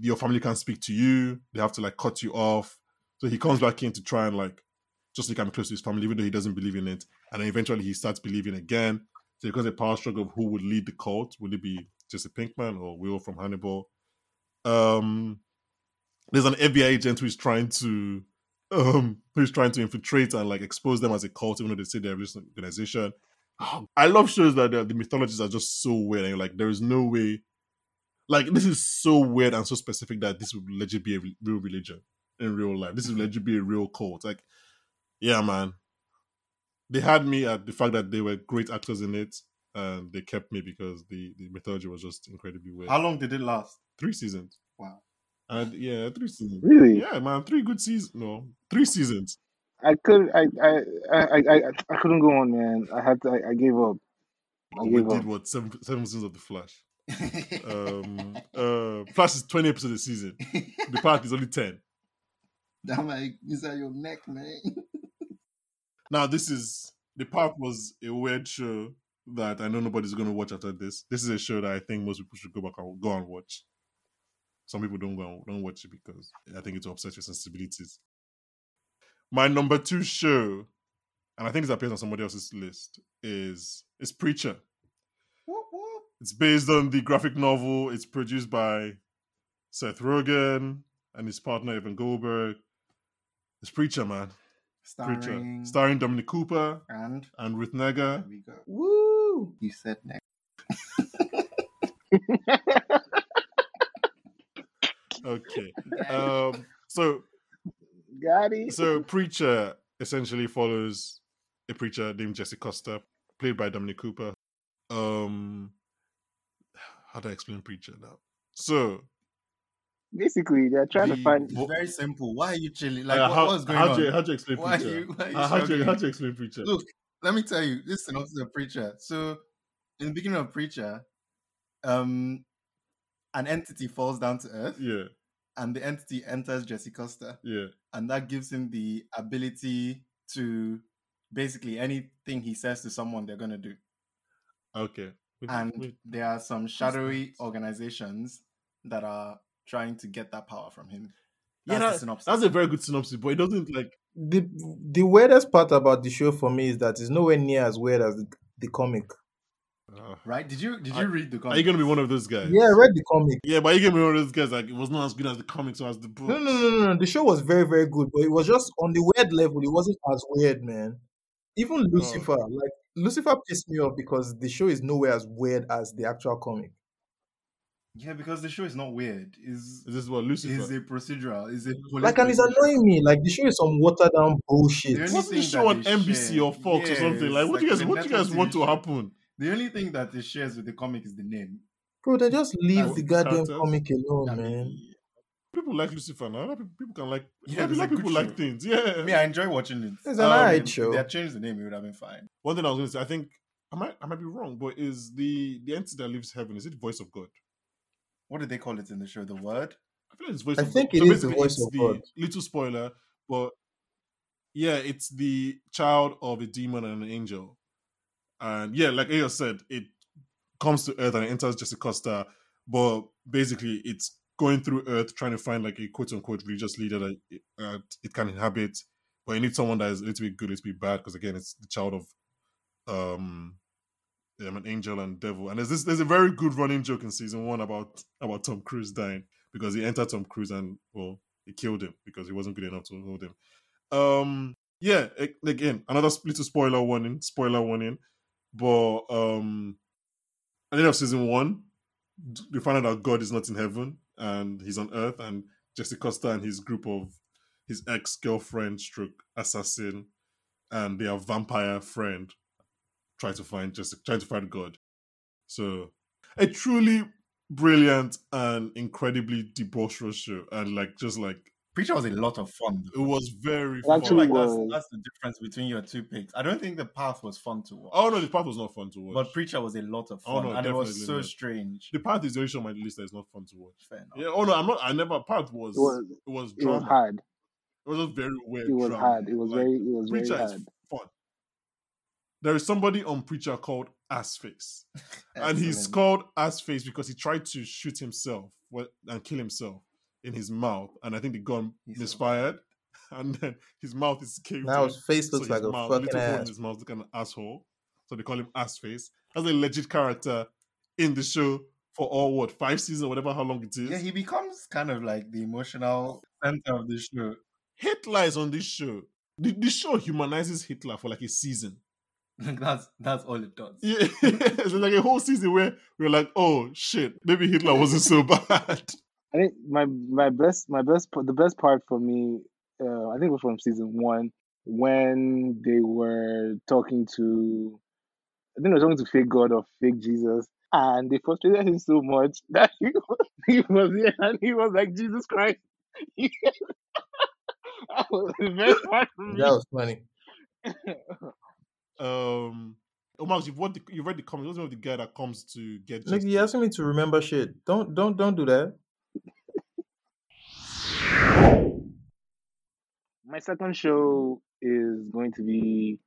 Speaker 1: your family can't speak to you. They have to like cut you off. So he comes back in to try and like just to come close to his family, even though he doesn't believe in it. And then eventually he starts believing again. So because the power struggle of who would lead the cult, would it be Jesse Pinkman or Will from Hannibal? Um, there's an FBI agent who's trying to um who's trying to infiltrate and like expose them as a cult, even though they say they're a religious organization. I love shows that the, the mythologies are just so weird, and you're like, there is no way. Like this is so weird and so specific that this would legit be a re- real religion in real life. This would legit be a real cult. Like, yeah, man. They had me at the fact that they were great actors in it, and they kept me because the the mythology was just incredibly weird.
Speaker 2: How long did it last?
Speaker 1: Three seasons.
Speaker 2: Wow.
Speaker 1: And yeah, three seasons.
Speaker 4: Really?
Speaker 1: Yeah, man, three good seasons. No, three seasons.
Speaker 4: I could I I, I I I- I couldn't go on, man. I had to. I, I gave up. I
Speaker 1: we
Speaker 4: gave
Speaker 1: did
Speaker 4: up.
Speaker 1: what seven, seven seasons of the
Speaker 4: *laughs*
Speaker 1: Flash. Um, uh, Flash is twenty episodes a season. The Park is only ten.
Speaker 2: Damn, like, is that your neck, man?
Speaker 1: Now this is the park was a weird show that I know nobody's going to watch after this. This is a show that I think most people should go back and go and watch. Some people don't go and, don't watch it because I think it will upset your sensibilities. My number two show, and I think this appears on somebody else's list, is is Preacher. It's based on the graphic novel. It's produced by Seth Rogen and his partner Evan Goldberg. It's Preacher, man.
Speaker 2: Starring,
Speaker 1: Preacher, starring Dominic Cooper
Speaker 2: and
Speaker 1: and Ruth Negga.
Speaker 2: there we go.
Speaker 3: Woo!
Speaker 2: You said neck.
Speaker 1: Okay. Um, so,
Speaker 4: Got it.
Speaker 1: so preacher essentially follows a preacher named Jesse Costa, played by Dominic Cooper. Um, how do I explain preacher now? So,
Speaker 4: Basically, they're trying
Speaker 1: The
Speaker 4: to find.
Speaker 2: It's
Speaker 1: Wha-
Speaker 2: very simple. Why are you chilling? Like,
Speaker 1: uh,
Speaker 2: what,
Speaker 1: how,
Speaker 2: what's going
Speaker 1: how
Speaker 2: on?
Speaker 1: do you, how do you explain
Speaker 2: why are
Speaker 1: preacher?
Speaker 2: you, why are you
Speaker 1: Uh, how, do you,
Speaker 2: struggling?
Speaker 1: how do you explain preacher?
Speaker 2: Look, let me tell you this synopsis of preacher so in the beginning of preacher um an entity falls down to earth
Speaker 1: Yeah,
Speaker 2: and the entity enters jesse costa
Speaker 1: yeah,
Speaker 2: and that gives him the ability to basically anything he says to someone they're going to do
Speaker 1: okay. Wait,
Speaker 2: and
Speaker 1: wait,
Speaker 2: there are some shadowy
Speaker 1: that?
Speaker 2: organizations that are trying to get that power from him
Speaker 1: yeah,
Speaker 2: that's
Speaker 1: that-
Speaker 2: the synopsis.
Speaker 1: that's a very good synopsis, but it doesn't like
Speaker 3: The the weirdest part about the show for me is that it's nowhere near as weird as the, the comic.
Speaker 1: uh,
Speaker 2: right did you did
Speaker 1: Are-
Speaker 2: you read the
Speaker 1: are
Speaker 2: comic
Speaker 1: you gonna be one of those guys?
Speaker 3: Yeah, I read the comic.
Speaker 1: Yeah, but you gonna be one of those guys like it was not as good as the comics or as the book.
Speaker 3: No, no, no, no, no. The show was very, very good, but it was just on the weird level. It wasn't as weird, man.
Speaker 1: Oh.
Speaker 3: Even Lucifer, like Lucifer, pissed me off because the show is nowhere as weird as the actual comic.
Speaker 2: yeah because the show is not weird is
Speaker 1: Is this what Lucifer?
Speaker 2: is a procedural is a
Speaker 3: Like, and it's
Speaker 2: police procedural.
Speaker 3: annoying me. Like the show is some watered down
Speaker 2: The
Speaker 3: bullshit.
Speaker 2: only-
Speaker 1: Wasn't this
Speaker 2: thing that
Speaker 1: show on
Speaker 2: they
Speaker 1: NBC or
Speaker 2: shared.
Speaker 1: Fox or
Speaker 2: Yeah,
Speaker 1: something? Like,
Speaker 2: it's
Speaker 1: what do you
Speaker 2: like
Speaker 1: guys,
Speaker 2: a
Speaker 1: what do you
Speaker 2: network
Speaker 1: guys want
Speaker 2: TV
Speaker 1: to
Speaker 2: show.
Speaker 1: happen?
Speaker 2: The only thing that it shares with the comic is the name.
Speaker 3: Bro, they just leave
Speaker 2: That's
Speaker 3: the goddamn
Speaker 1: characters.
Speaker 3: comic alone,
Speaker 2: I mean,
Speaker 3: man.
Speaker 1: People like Lucifer now. Other people- People can like.
Speaker 2: Yeah,
Speaker 1: Yeah,
Speaker 2: there's a
Speaker 1: like
Speaker 2: good
Speaker 1: people
Speaker 2: show.
Speaker 1: like things.
Speaker 2: I
Speaker 1: Yeah.
Speaker 2: mean, I enjoy watching it. Oh,
Speaker 3: It's an
Speaker 1: Um,
Speaker 3: alright
Speaker 2: If
Speaker 3: show.
Speaker 2: They had changed the name, it would have been fine.
Speaker 1: One thing I was going to say, I think I might, I might be wrong, but is the the entity that lives heaven is it the voice of God?
Speaker 2: What did they call it in the show? The word?
Speaker 1: I feel like it's voice.
Speaker 3: I
Speaker 1: of
Speaker 3: think
Speaker 1: God.
Speaker 3: it is the
Speaker 1: basically,
Speaker 3: voice
Speaker 1: it's
Speaker 3: of God.
Speaker 1: Little spoiler, but yeah, it's the child of a demon and an angel, and yeah, like Ayo said, it comes to Earth and it enters Jesse Costa, but basically, it's going through Earth trying to find like a quote unquote religious leader that it, uh, it can inhabit, but you need someone that is a little bit good, a little bit bad, because again, it's the child of um um, an angel and devil. And there's this there's a very good running joke in season one about about Tom Cruise dying because he entered Tom Cruise and well, he killed him because he wasn't good enough to hold him. Um yeah, a- again, another s- little spoiler warning, spoiler warning. But um at the end of season one, d- we find out that God is not in heaven and he's on earth and Jesse Costa and his group of his ex-girlfriend stroke assassin and their vampire friend try to find just try to find God. So a truly brilliant and incredibly debaucherous show, and like just like
Speaker 2: Preacher was a lot of fun.
Speaker 1: it was very
Speaker 4: It
Speaker 1: fun.
Speaker 4: actually
Speaker 2: like
Speaker 1: Like,
Speaker 2: that's,
Speaker 4: was.
Speaker 2: that's the difference between your two picks. I don't think the path was fun to watch.
Speaker 1: oh no, the path was not fun to watch.
Speaker 2: but Preacher was a lot of fun.
Speaker 1: Oh, no,
Speaker 2: and it was
Speaker 1: definitely
Speaker 2: so
Speaker 1: not.
Speaker 2: strange.
Speaker 1: the path is the only show on my list that is not fun to watch.
Speaker 2: Fair enough.
Speaker 1: Yeah. Oh no, I'm not. I never. Path was
Speaker 4: It was.
Speaker 1: it was
Speaker 4: It was
Speaker 1: drama.
Speaker 4: hard.
Speaker 1: It was just very weird.
Speaker 4: It was
Speaker 1: drama.
Speaker 4: hard. It was
Speaker 1: Like,
Speaker 4: very. It was very
Speaker 1: Preacher is
Speaker 4: hard.
Speaker 1: fun. There is somebody on Preacher called
Speaker 2: *laughs*
Speaker 1: Assface. and he's
Speaker 2: Excellent.
Speaker 1: called ass face because he tried to shoot himself wh- and kill himself in his mouth and i think the gun
Speaker 2: He's so
Speaker 1: misfired *laughs* and then his mouth is caved.
Speaker 10: Now
Speaker 1: in.
Speaker 10: his face looks
Speaker 1: so
Speaker 10: like
Speaker 1: his
Speaker 10: a
Speaker 1: mouth,
Speaker 10: fucking
Speaker 1: little hole in
Speaker 10: ass.
Speaker 1: his mouth looks like an asshole. So they call him ass face. That's a legit character in the show for all what five seasons, or whatever how long it is.
Speaker 2: Yeah, he becomes kind of like the emotional *laughs* center of the show.
Speaker 1: Hitler is on this show. The, the show humanizes Hitler for like a season. *laughs*
Speaker 2: that's that's all it does.
Speaker 1: Yeah, it's like a whole season where we're like, oh shit, maybe Hitler wasn't so *laughs* bad.
Speaker 4: I think my my best my best p- the best part for me, uh, I think it was from season one when they were talking to, I think they were talking to fake God or fake Jesus, and they frustrated him so much *laughs* that he was, he was there and he was like Jesus Christ. *laughs* that was the best part for me.
Speaker 10: That was funny.
Speaker 1: Um, Omar, you've read the, you've read the comments. What's the name of the guy that comes to get
Speaker 10: Nigga,
Speaker 1: justice?
Speaker 10: you asking me to remember shit. Don't don't don't do that.
Speaker 4: My second show is going to be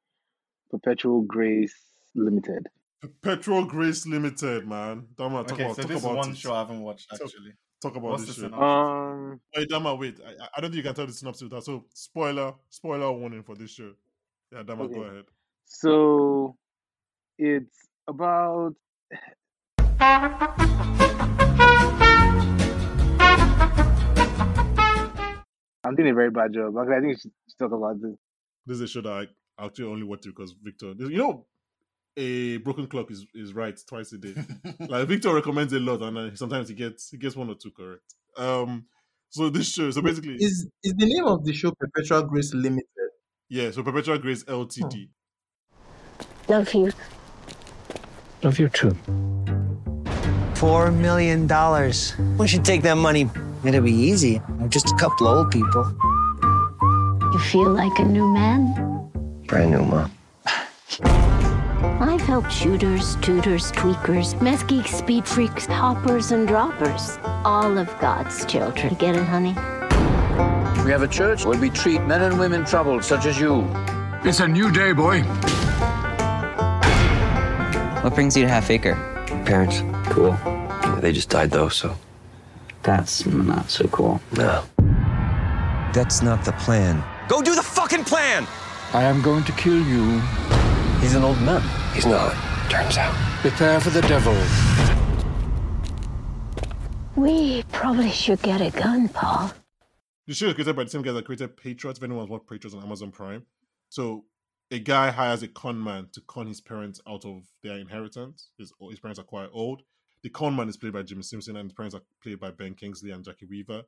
Speaker 4: Perpetual Grace Limited.
Speaker 1: Petrol Grace Limited, man. Dama, talk
Speaker 2: okay,
Speaker 1: about,
Speaker 2: so
Speaker 1: talk
Speaker 2: this is
Speaker 1: about
Speaker 2: one
Speaker 1: it.
Speaker 2: show I haven't watched
Speaker 1: So-
Speaker 2: actually.
Speaker 1: Talk about
Speaker 2: What's
Speaker 1: this
Speaker 2: the
Speaker 1: show.
Speaker 2: synopsis?
Speaker 4: Um,
Speaker 1: Wait, Dama, wait. I, I- I don't think you can tell the synopsis without. So, spoiler, spoiler warning for this show. Yeah, Dama, go
Speaker 4: Okay.
Speaker 1: ahead.
Speaker 4: so it's about I'm doing a very bad job. Okay, I think we should should talk about this.
Speaker 1: This is a show that I actually only watch because Victor. You know, a broken clock is, is right twice a
Speaker 2: *laughs*
Speaker 1: day. like Victor recommends a lot, and uh, sometimes he gets he gets one or two correct. Um, so this show, so basically,
Speaker 10: Is is the name of the show Perpetual Grace Limited?
Speaker 1: yeah, so Perpetual Grace Ltd.
Speaker 8: Love you.
Speaker 5: Love you too.
Speaker 11: Four million dollars. We should take that money. It'll be easy. We're just a couple old people.
Speaker 6: You feel like a new man?
Speaker 11: Brand new, mom.
Speaker 6: I've helped shooters, tutors, tweakers, mess geeks, speed freaks, hoppers, and droppers. All of God's children. Get it, honey?
Speaker 12: We have a church where we treat men and women troubled, such as you. It's a new day, boy.
Speaker 13: What brings you to Half Acre?
Speaker 14: Parents. Cool. They just died though, so.
Speaker 13: That's not so cool.
Speaker 14: No.
Speaker 13: That's not the plan.
Speaker 14: Go do the fucking plan! I am going to kill you. He's an old man. He's not, turns out. Prepare for the devil.
Speaker 6: We probably should get a gun, Paul.
Speaker 1: The show is created by the same guys that created Patriots. If anyone's watched Patriots on Amazon Prime, so a guy hires a con man to con his parents out of their inheritance. His, his parents are quite old. The con man is played by Jim Simpson, and his parents are played by Ben Kingsley and Jackie Weaver.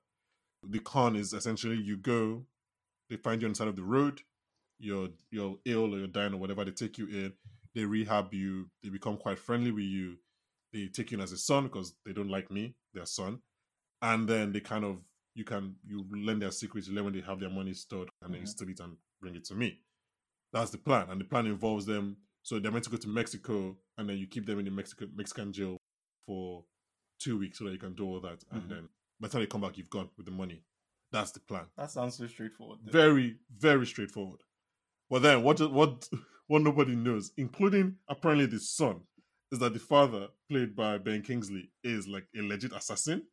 Speaker 1: The con is essentially you go, they find you on the side of the road, you're you're ill or you're dying or whatever. They take you in, they rehab you, they become quite friendly with you. They take you in as a son because they don't like me, their son and then they kind of you can you lend their secrets, you learn when they have their money stored, and then you
Speaker 15: Mhm.
Speaker 1: steal it and bring it to me. That's the plan, and the plan involves them. So they're meant to go to Mexico, and then you keep them in the Mexico Mexican jail for two weeks so that you can do all that,
Speaker 2: Mhm.
Speaker 1: and then by the time they come back, you've gone with the money. That's the plan.
Speaker 2: That sounds so straightforward. though.
Speaker 1: Very very straightforward. But then what what what nobody knows, including apparently the son, is that the father played by Ben Kingsley is like a legit assassin.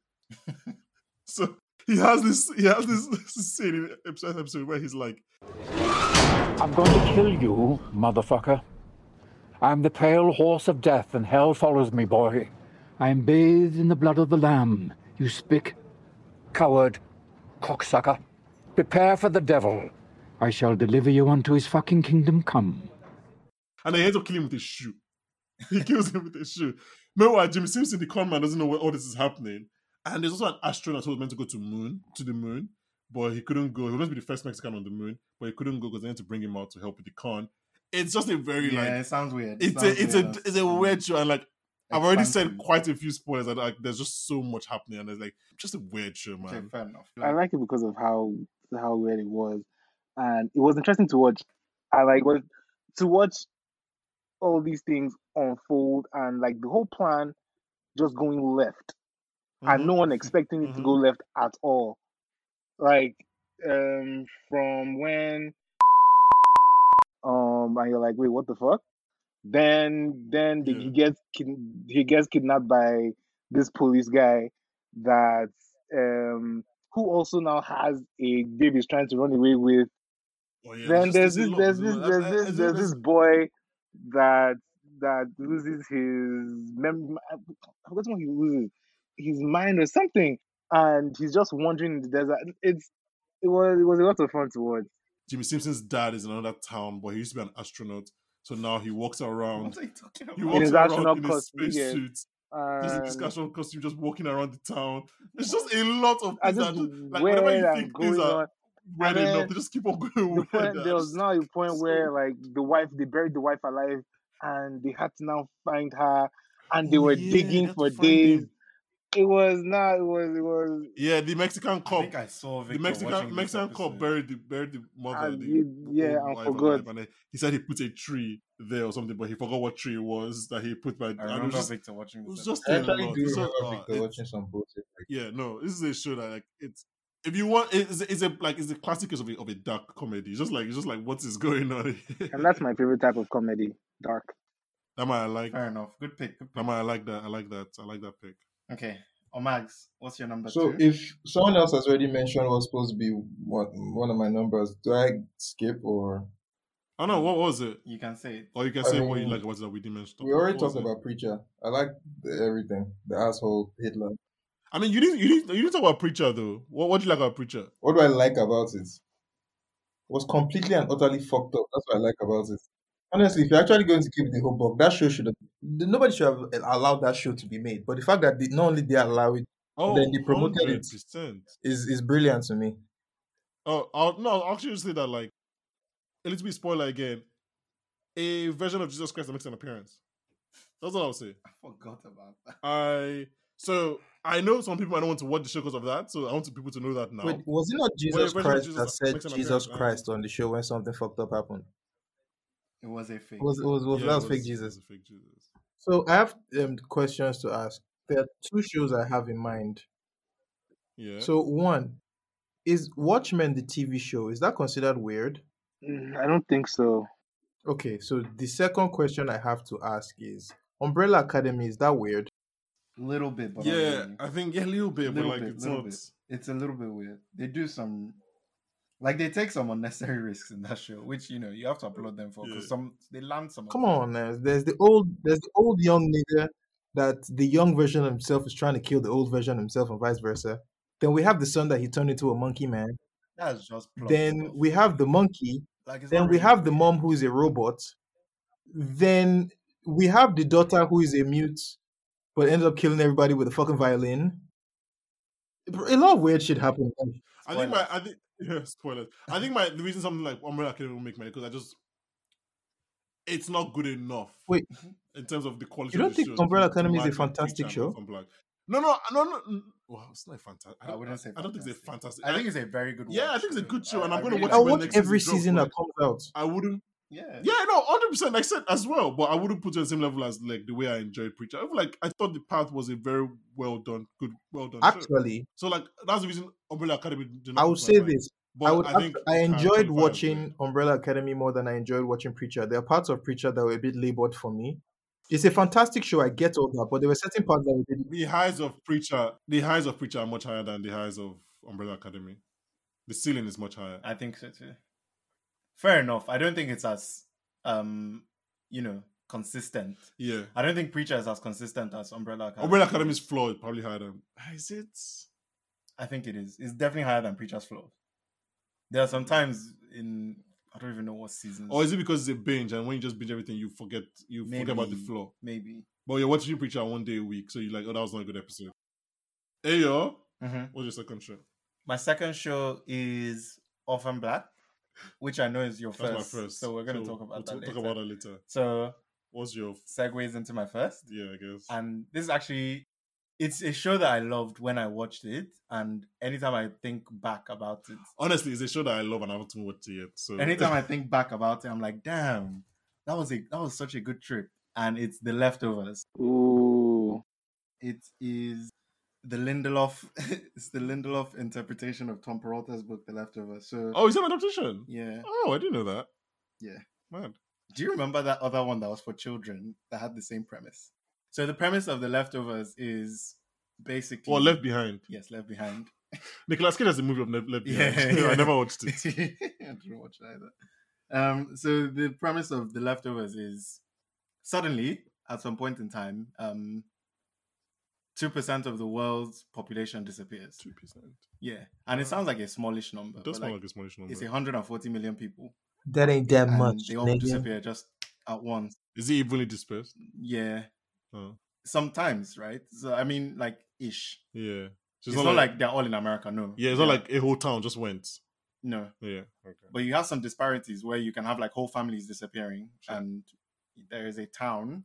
Speaker 1: So he has this he has this *laughs* scene in episode, episode where he's like,
Speaker 15: I'm going to kill you, motherfucker. I'm the pale horse of death, and hell follows me, boy. I am bathed in the blood of the Lamb, you spick. Coward. Cocksucker. Prepare for the devil. I shall deliver you unto his fucking kingdom come.
Speaker 1: and he ends up killing him with a shoe.
Speaker 4: *laughs*
Speaker 1: He kills him with a shoe. Meanwhile, Jimmy Simpson, the con man, doesn't know where all this is happening. And there's also an astronaut who was meant to go to moon to the moon, but he couldn't go. He was meant to be the first Mexican on the moon, but he couldn't go because they had to bring him out to help with the con. It's just a very
Speaker 2: yeah,
Speaker 1: like
Speaker 2: it sounds weird. It
Speaker 1: it's
Speaker 2: sounds
Speaker 1: a it's
Speaker 2: weird.
Speaker 1: a it's a weird show and like I've already said
Speaker 2: Expansive.
Speaker 1: quite a few spoilers and like there's just so much happening and it's like just a weird show, man.
Speaker 2: Okay, fair enough.
Speaker 4: I liked it because of how how weird it was, and it was interesting to watch. I like was to watch all these things unfold and like the whole plan just going left, and no one expecting it to go left at all. Like um from when um and you're like, wait, what the fuck? Then then the, he gets kid- he gets kidnapped by this police guy that um who also now has a baby is trying to run away with.
Speaker 2: yeah,
Speaker 4: then
Speaker 2: there's
Speaker 4: there's
Speaker 2: just a
Speaker 4: this,
Speaker 2: lot.
Speaker 4: there's this,
Speaker 2: I-
Speaker 1: Uh,
Speaker 2: I-
Speaker 4: there's this,
Speaker 2: I-
Speaker 4: there's
Speaker 2: there's-
Speaker 4: this boy that that loses his mem. I forgot what he loses his mind or something, and he's just wandering in the desert. It's it was it was a lot of fun to watch.
Speaker 1: Jimmy Simpson's dad is in another town, but he used to be an astronaut. So now he walks around.
Speaker 2: What are you talking
Speaker 1: He
Speaker 4: *laughs*
Speaker 2: about?
Speaker 1: walks
Speaker 4: his
Speaker 1: around
Speaker 4: astronaut
Speaker 1: in his
Speaker 4: costume, yeah. Um,
Speaker 1: spacesuit. He's in his
Speaker 4: And-
Speaker 1: astronaut costume, just walking around the town. There's just a lot of
Speaker 4: I
Speaker 1: things
Speaker 4: just
Speaker 1: that, just, like, whenever
Speaker 4: where
Speaker 1: you
Speaker 4: I'm
Speaker 1: think things
Speaker 4: going
Speaker 1: are
Speaker 4: on.
Speaker 1: weird
Speaker 4: And
Speaker 1: enough,
Speaker 4: then
Speaker 1: they just keep on *laughs* going
Speaker 4: the
Speaker 1: weird.
Speaker 4: point, there was
Speaker 1: *laughs*
Speaker 4: now a point where like the wife, they buried the wife alive, and they had to now find her, and they
Speaker 1: Oh,
Speaker 4: were
Speaker 1: yeah, they
Speaker 4: digging
Speaker 1: had to
Speaker 4: for
Speaker 1: find
Speaker 4: days.
Speaker 1: him.
Speaker 4: It was not. It was. It was.
Speaker 1: Yeah, the Mexican cop.
Speaker 2: think I saw
Speaker 1: the
Speaker 2: Victor watching
Speaker 1: Mexican
Speaker 2: this
Speaker 1: Mexican cop
Speaker 2: episode.
Speaker 1: buried the buried the mother.
Speaker 4: And
Speaker 1: the,
Speaker 4: you-
Speaker 1: the
Speaker 4: yeah,
Speaker 1: old
Speaker 4: I
Speaker 1: wife
Speaker 4: forgot.
Speaker 1: alive, and then he said he put a tree there or something, but he forgot what tree it was that he put by. and it
Speaker 2: I
Speaker 1: was
Speaker 2: remember
Speaker 1: just-
Speaker 2: Victor watching
Speaker 1: It
Speaker 2: this
Speaker 1: was
Speaker 2: episode.
Speaker 1: just
Speaker 3: I
Speaker 1: a
Speaker 3: actually
Speaker 1: lot.
Speaker 3: do
Speaker 1: It's so-
Speaker 3: remember
Speaker 1: uh,
Speaker 3: Victor
Speaker 1: it-
Speaker 3: watching some bullshit.
Speaker 1: yeah, no, this is a show that like it's if you want it's, it's a like it's a classic case of a, of a dark comedy. It's just like it's just like what is going on. here?
Speaker 4: And that's my favorite type of comedy, dark.
Speaker 1: *laughs* that might I like.
Speaker 2: Fair enough. Good pick. Good
Speaker 1: That
Speaker 2: pick.
Speaker 1: might I like that. I like that. I like that pick.
Speaker 2: Okay. Omags, what's your number
Speaker 3: So
Speaker 2: two?
Speaker 3: if someone else has already mentioned what's supposed to be one, one of my numbers, do I skip or
Speaker 1: Oh no, what was it?
Speaker 2: You can say it.
Speaker 1: Or you can
Speaker 3: I
Speaker 1: say what you
Speaker 3: mean,
Speaker 1: like about it that we didn't mention.
Speaker 3: we already
Speaker 1: What was
Speaker 3: talked
Speaker 1: it?
Speaker 3: about preacher? I like the, everything. The asshole Hitler.
Speaker 1: I mean, you didn't you didn't you didn't talk about preacher though. What what do you like about preacher?
Speaker 3: What do I like about it? was completely and utterly fucked up. That's what I like about it. Honestly, if you're actually going to keep the whole book, that show should have nobody should have allowed that show to be made. But the fact that they, not only they allow it, but then
Speaker 1: Oh,
Speaker 3: they promoted it
Speaker 1: 100%.
Speaker 3: is is brilliant to me.
Speaker 1: Oh, I'll, no, I'll actually say that like a little bit spoiler again. A version of Jesus Christ that makes an appearance. That's what I'll say.
Speaker 2: I forgot about that.
Speaker 1: I so I know some people I don't want to watch the show because of that. So I want people to know that now.
Speaker 3: Wait, was it not
Speaker 1: When a
Speaker 3: Jesus
Speaker 1: version of
Speaker 3: Christ
Speaker 1: Jesus
Speaker 3: that said
Speaker 1: makes an
Speaker 3: Jesus
Speaker 1: appearance,
Speaker 3: Christ on the show when something fucked up happened?
Speaker 2: It was a fake.
Speaker 3: It was it was, it was
Speaker 1: Yeah,
Speaker 3: that
Speaker 1: it
Speaker 3: was fake
Speaker 1: was-
Speaker 3: Jesus?
Speaker 1: I- fake Jesus.
Speaker 3: So I have um, questions to ask. There are two shows I have in mind.
Speaker 1: Yeah.
Speaker 3: So one is Watchmen, the TV show. Is that considered weird?
Speaker 4: Mm, I don't think so.
Speaker 3: Okay, so the second question I have to ask is Umbrella Academy, is that weird?
Speaker 2: little bit, but not
Speaker 1: yeah,
Speaker 2: really.
Speaker 1: I think yeah, a little bit,
Speaker 2: little
Speaker 1: but like
Speaker 2: bit,
Speaker 1: it's
Speaker 2: little
Speaker 1: not.
Speaker 2: bit. It's a little bit weird. They do some, like they take some unnecessary risks in that show, which you know you have to applaud them for because
Speaker 1: Yeah.
Speaker 2: some they land some. of
Speaker 3: Come
Speaker 2: them.
Speaker 3: on, man. There's the old there's the old young nigga that the young version of himself is trying to kill the old version of himself and vice versa. Then we have the son that he turned into a monkey man.
Speaker 2: That's just plot.
Speaker 3: Then
Speaker 2: stuff.
Speaker 3: we have the monkey.
Speaker 2: Like, it's
Speaker 3: Then
Speaker 2: not
Speaker 3: we
Speaker 2: really
Speaker 3: have the mom who is a robot. Then we have the daughter who is a mute but ends up killing everybody with a fucking violin. A lot of weird shit happened.
Speaker 1: I think my I think *laughs* yeah, spoilers. I think my the reason something like Umbrella Academy will make money because I just it's not good enough
Speaker 3: Wait,
Speaker 2: Mm-hmm.
Speaker 1: in terms of the quality
Speaker 3: you
Speaker 1: of
Speaker 3: don't
Speaker 1: the
Speaker 3: think
Speaker 1: show. to-
Speaker 3: Umbrella
Speaker 1: to
Speaker 3: Academy is a
Speaker 1: land on
Speaker 3: fantastic
Speaker 1: Preacher and
Speaker 3: show?
Speaker 1: Orphan Black. No, no, no, no. n- Well, it's not fantastic. I,
Speaker 2: I
Speaker 1: don't-
Speaker 2: wouldn't say.
Speaker 1: I don't think it's a fantastic.
Speaker 2: I think it's a very good.
Speaker 1: yeah, I
Speaker 2: watch,
Speaker 1: think it's a
Speaker 2: though.
Speaker 1: good show,
Speaker 2: I-
Speaker 1: and
Speaker 2: I
Speaker 1: I'm going to
Speaker 2: really
Speaker 1: watch
Speaker 3: I'll
Speaker 1: it when
Speaker 3: watch
Speaker 1: next
Speaker 3: every
Speaker 1: season drops.
Speaker 3: season
Speaker 1: but
Speaker 3: that comes out.
Speaker 1: I wouldn't.
Speaker 2: Yeah.
Speaker 1: Yeah, no, hundred percent. I said as well, but I wouldn't put it on the same level as like the way I enjoyed Preacher. I feel like I thought the path was a very well done, good, well done show.
Speaker 3: Actually,
Speaker 1: So like that's the reason Umbrella Academy did not.
Speaker 3: I would
Speaker 1: make my
Speaker 3: say
Speaker 1: mind.
Speaker 3: this.
Speaker 1: but
Speaker 3: I would.
Speaker 1: I
Speaker 3: act-
Speaker 1: think
Speaker 3: I
Speaker 1: it can
Speaker 3: enjoyed
Speaker 1: qualify as weird.
Speaker 3: watching Umbrella Academy more than I enjoyed watching Preacher. There are parts of Preacher that were a bit labored for me. It's a fantastic show. I get all that, but there were certain parts that were. a bit-
Speaker 1: the highs of preacher the highs of preacher are much higher than the highs of umbrella academy the ceiling is much higher
Speaker 2: I think so too. Fair enough. I don't think it's as, um, you know, consistent.
Speaker 1: yeah
Speaker 2: I don't think Preacher is as consistent as Umbrella Academy.
Speaker 1: umbrella academy is flawed probably higher than is it
Speaker 2: I think it is. It's definitely higher than Preacher's Flow. There are some times in I don't even know what seasons.
Speaker 1: or is it because it's a binge and when you just binge everything you forget you forget about the
Speaker 2: Maybe.
Speaker 1: flaw
Speaker 2: Maybe.
Speaker 1: but you're watching preacher one day a week so you're like oh that was not a good episode hey yo
Speaker 2: hmm
Speaker 1: what's your second show
Speaker 2: My second show is Orphan Black, which I know is your
Speaker 1: that's
Speaker 2: first.
Speaker 1: my first
Speaker 2: So we're gonna talk about
Speaker 1: we'll
Speaker 2: that
Speaker 1: talk
Speaker 2: later.
Speaker 1: about that later
Speaker 2: So
Speaker 1: what's your
Speaker 2: segues into my first,
Speaker 1: yeah i guess
Speaker 2: and this is actually it's a show that I loved when I watched it, and anytime I think back about it,
Speaker 1: honestly it's a show that i love and i haven't watched it yet so
Speaker 2: anytime I think back about it, I'm like, damn, that was a that was such a good trip. And it's the leftovers.
Speaker 4: Ooh,
Speaker 2: It is the Lindelof. *laughs* it's the Lindelof interpretation of Tom Peralta's book, The Leftovers. So,
Speaker 1: *laughs* oh is that an adaptation
Speaker 2: yeah,
Speaker 1: oh i didn't know that
Speaker 2: yeah.
Speaker 1: man
Speaker 2: Do you remember that other one that was for children that had the same premise? So the premise of the leftovers is basically
Speaker 1: well left behind
Speaker 2: Yes, left behind.
Speaker 1: Nicolas Cage has a movie I've never, never- *laughs* I never watched
Speaker 2: *laughs*
Speaker 1: it.
Speaker 2: I didn't watch it either. Um, so the premise of the leftovers is suddenly, at some point in time, um, two percent of the world's population disappears. Two
Speaker 1: percent.
Speaker 2: Yeah, and it sounds like a smallish number.
Speaker 1: It does
Speaker 2: but,
Speaker 1: sound
Speaker 2: like,
Speaker 1: like a smallish
Speaker 2: It's
Speaker 1: number.
Speaker 2: 140 million people.
Speaker 3: That ain't that
Speaker 2: and
Speaker 3: much,
Speaker 2: They all
Speaker 3: nigga.
Speaker 2: disappear just at once.
Speaker 1: Is it evenly dispersed?
Speaker 2: Yeah.
Speaker 1: Oh.
Speaker 2: Sometimes, right? So I mean, like ish.
Speaker 1: Yeah. So
Speaker 2: it's not, like, they're all in America. No.
Speaker 1: Yeah, it's not like a whole town just went.
Speaker 2: No.
Speaker 1: Yeah.
Speaker 2: But you have some disparities where you can have like whole families disappearing, and there is a town.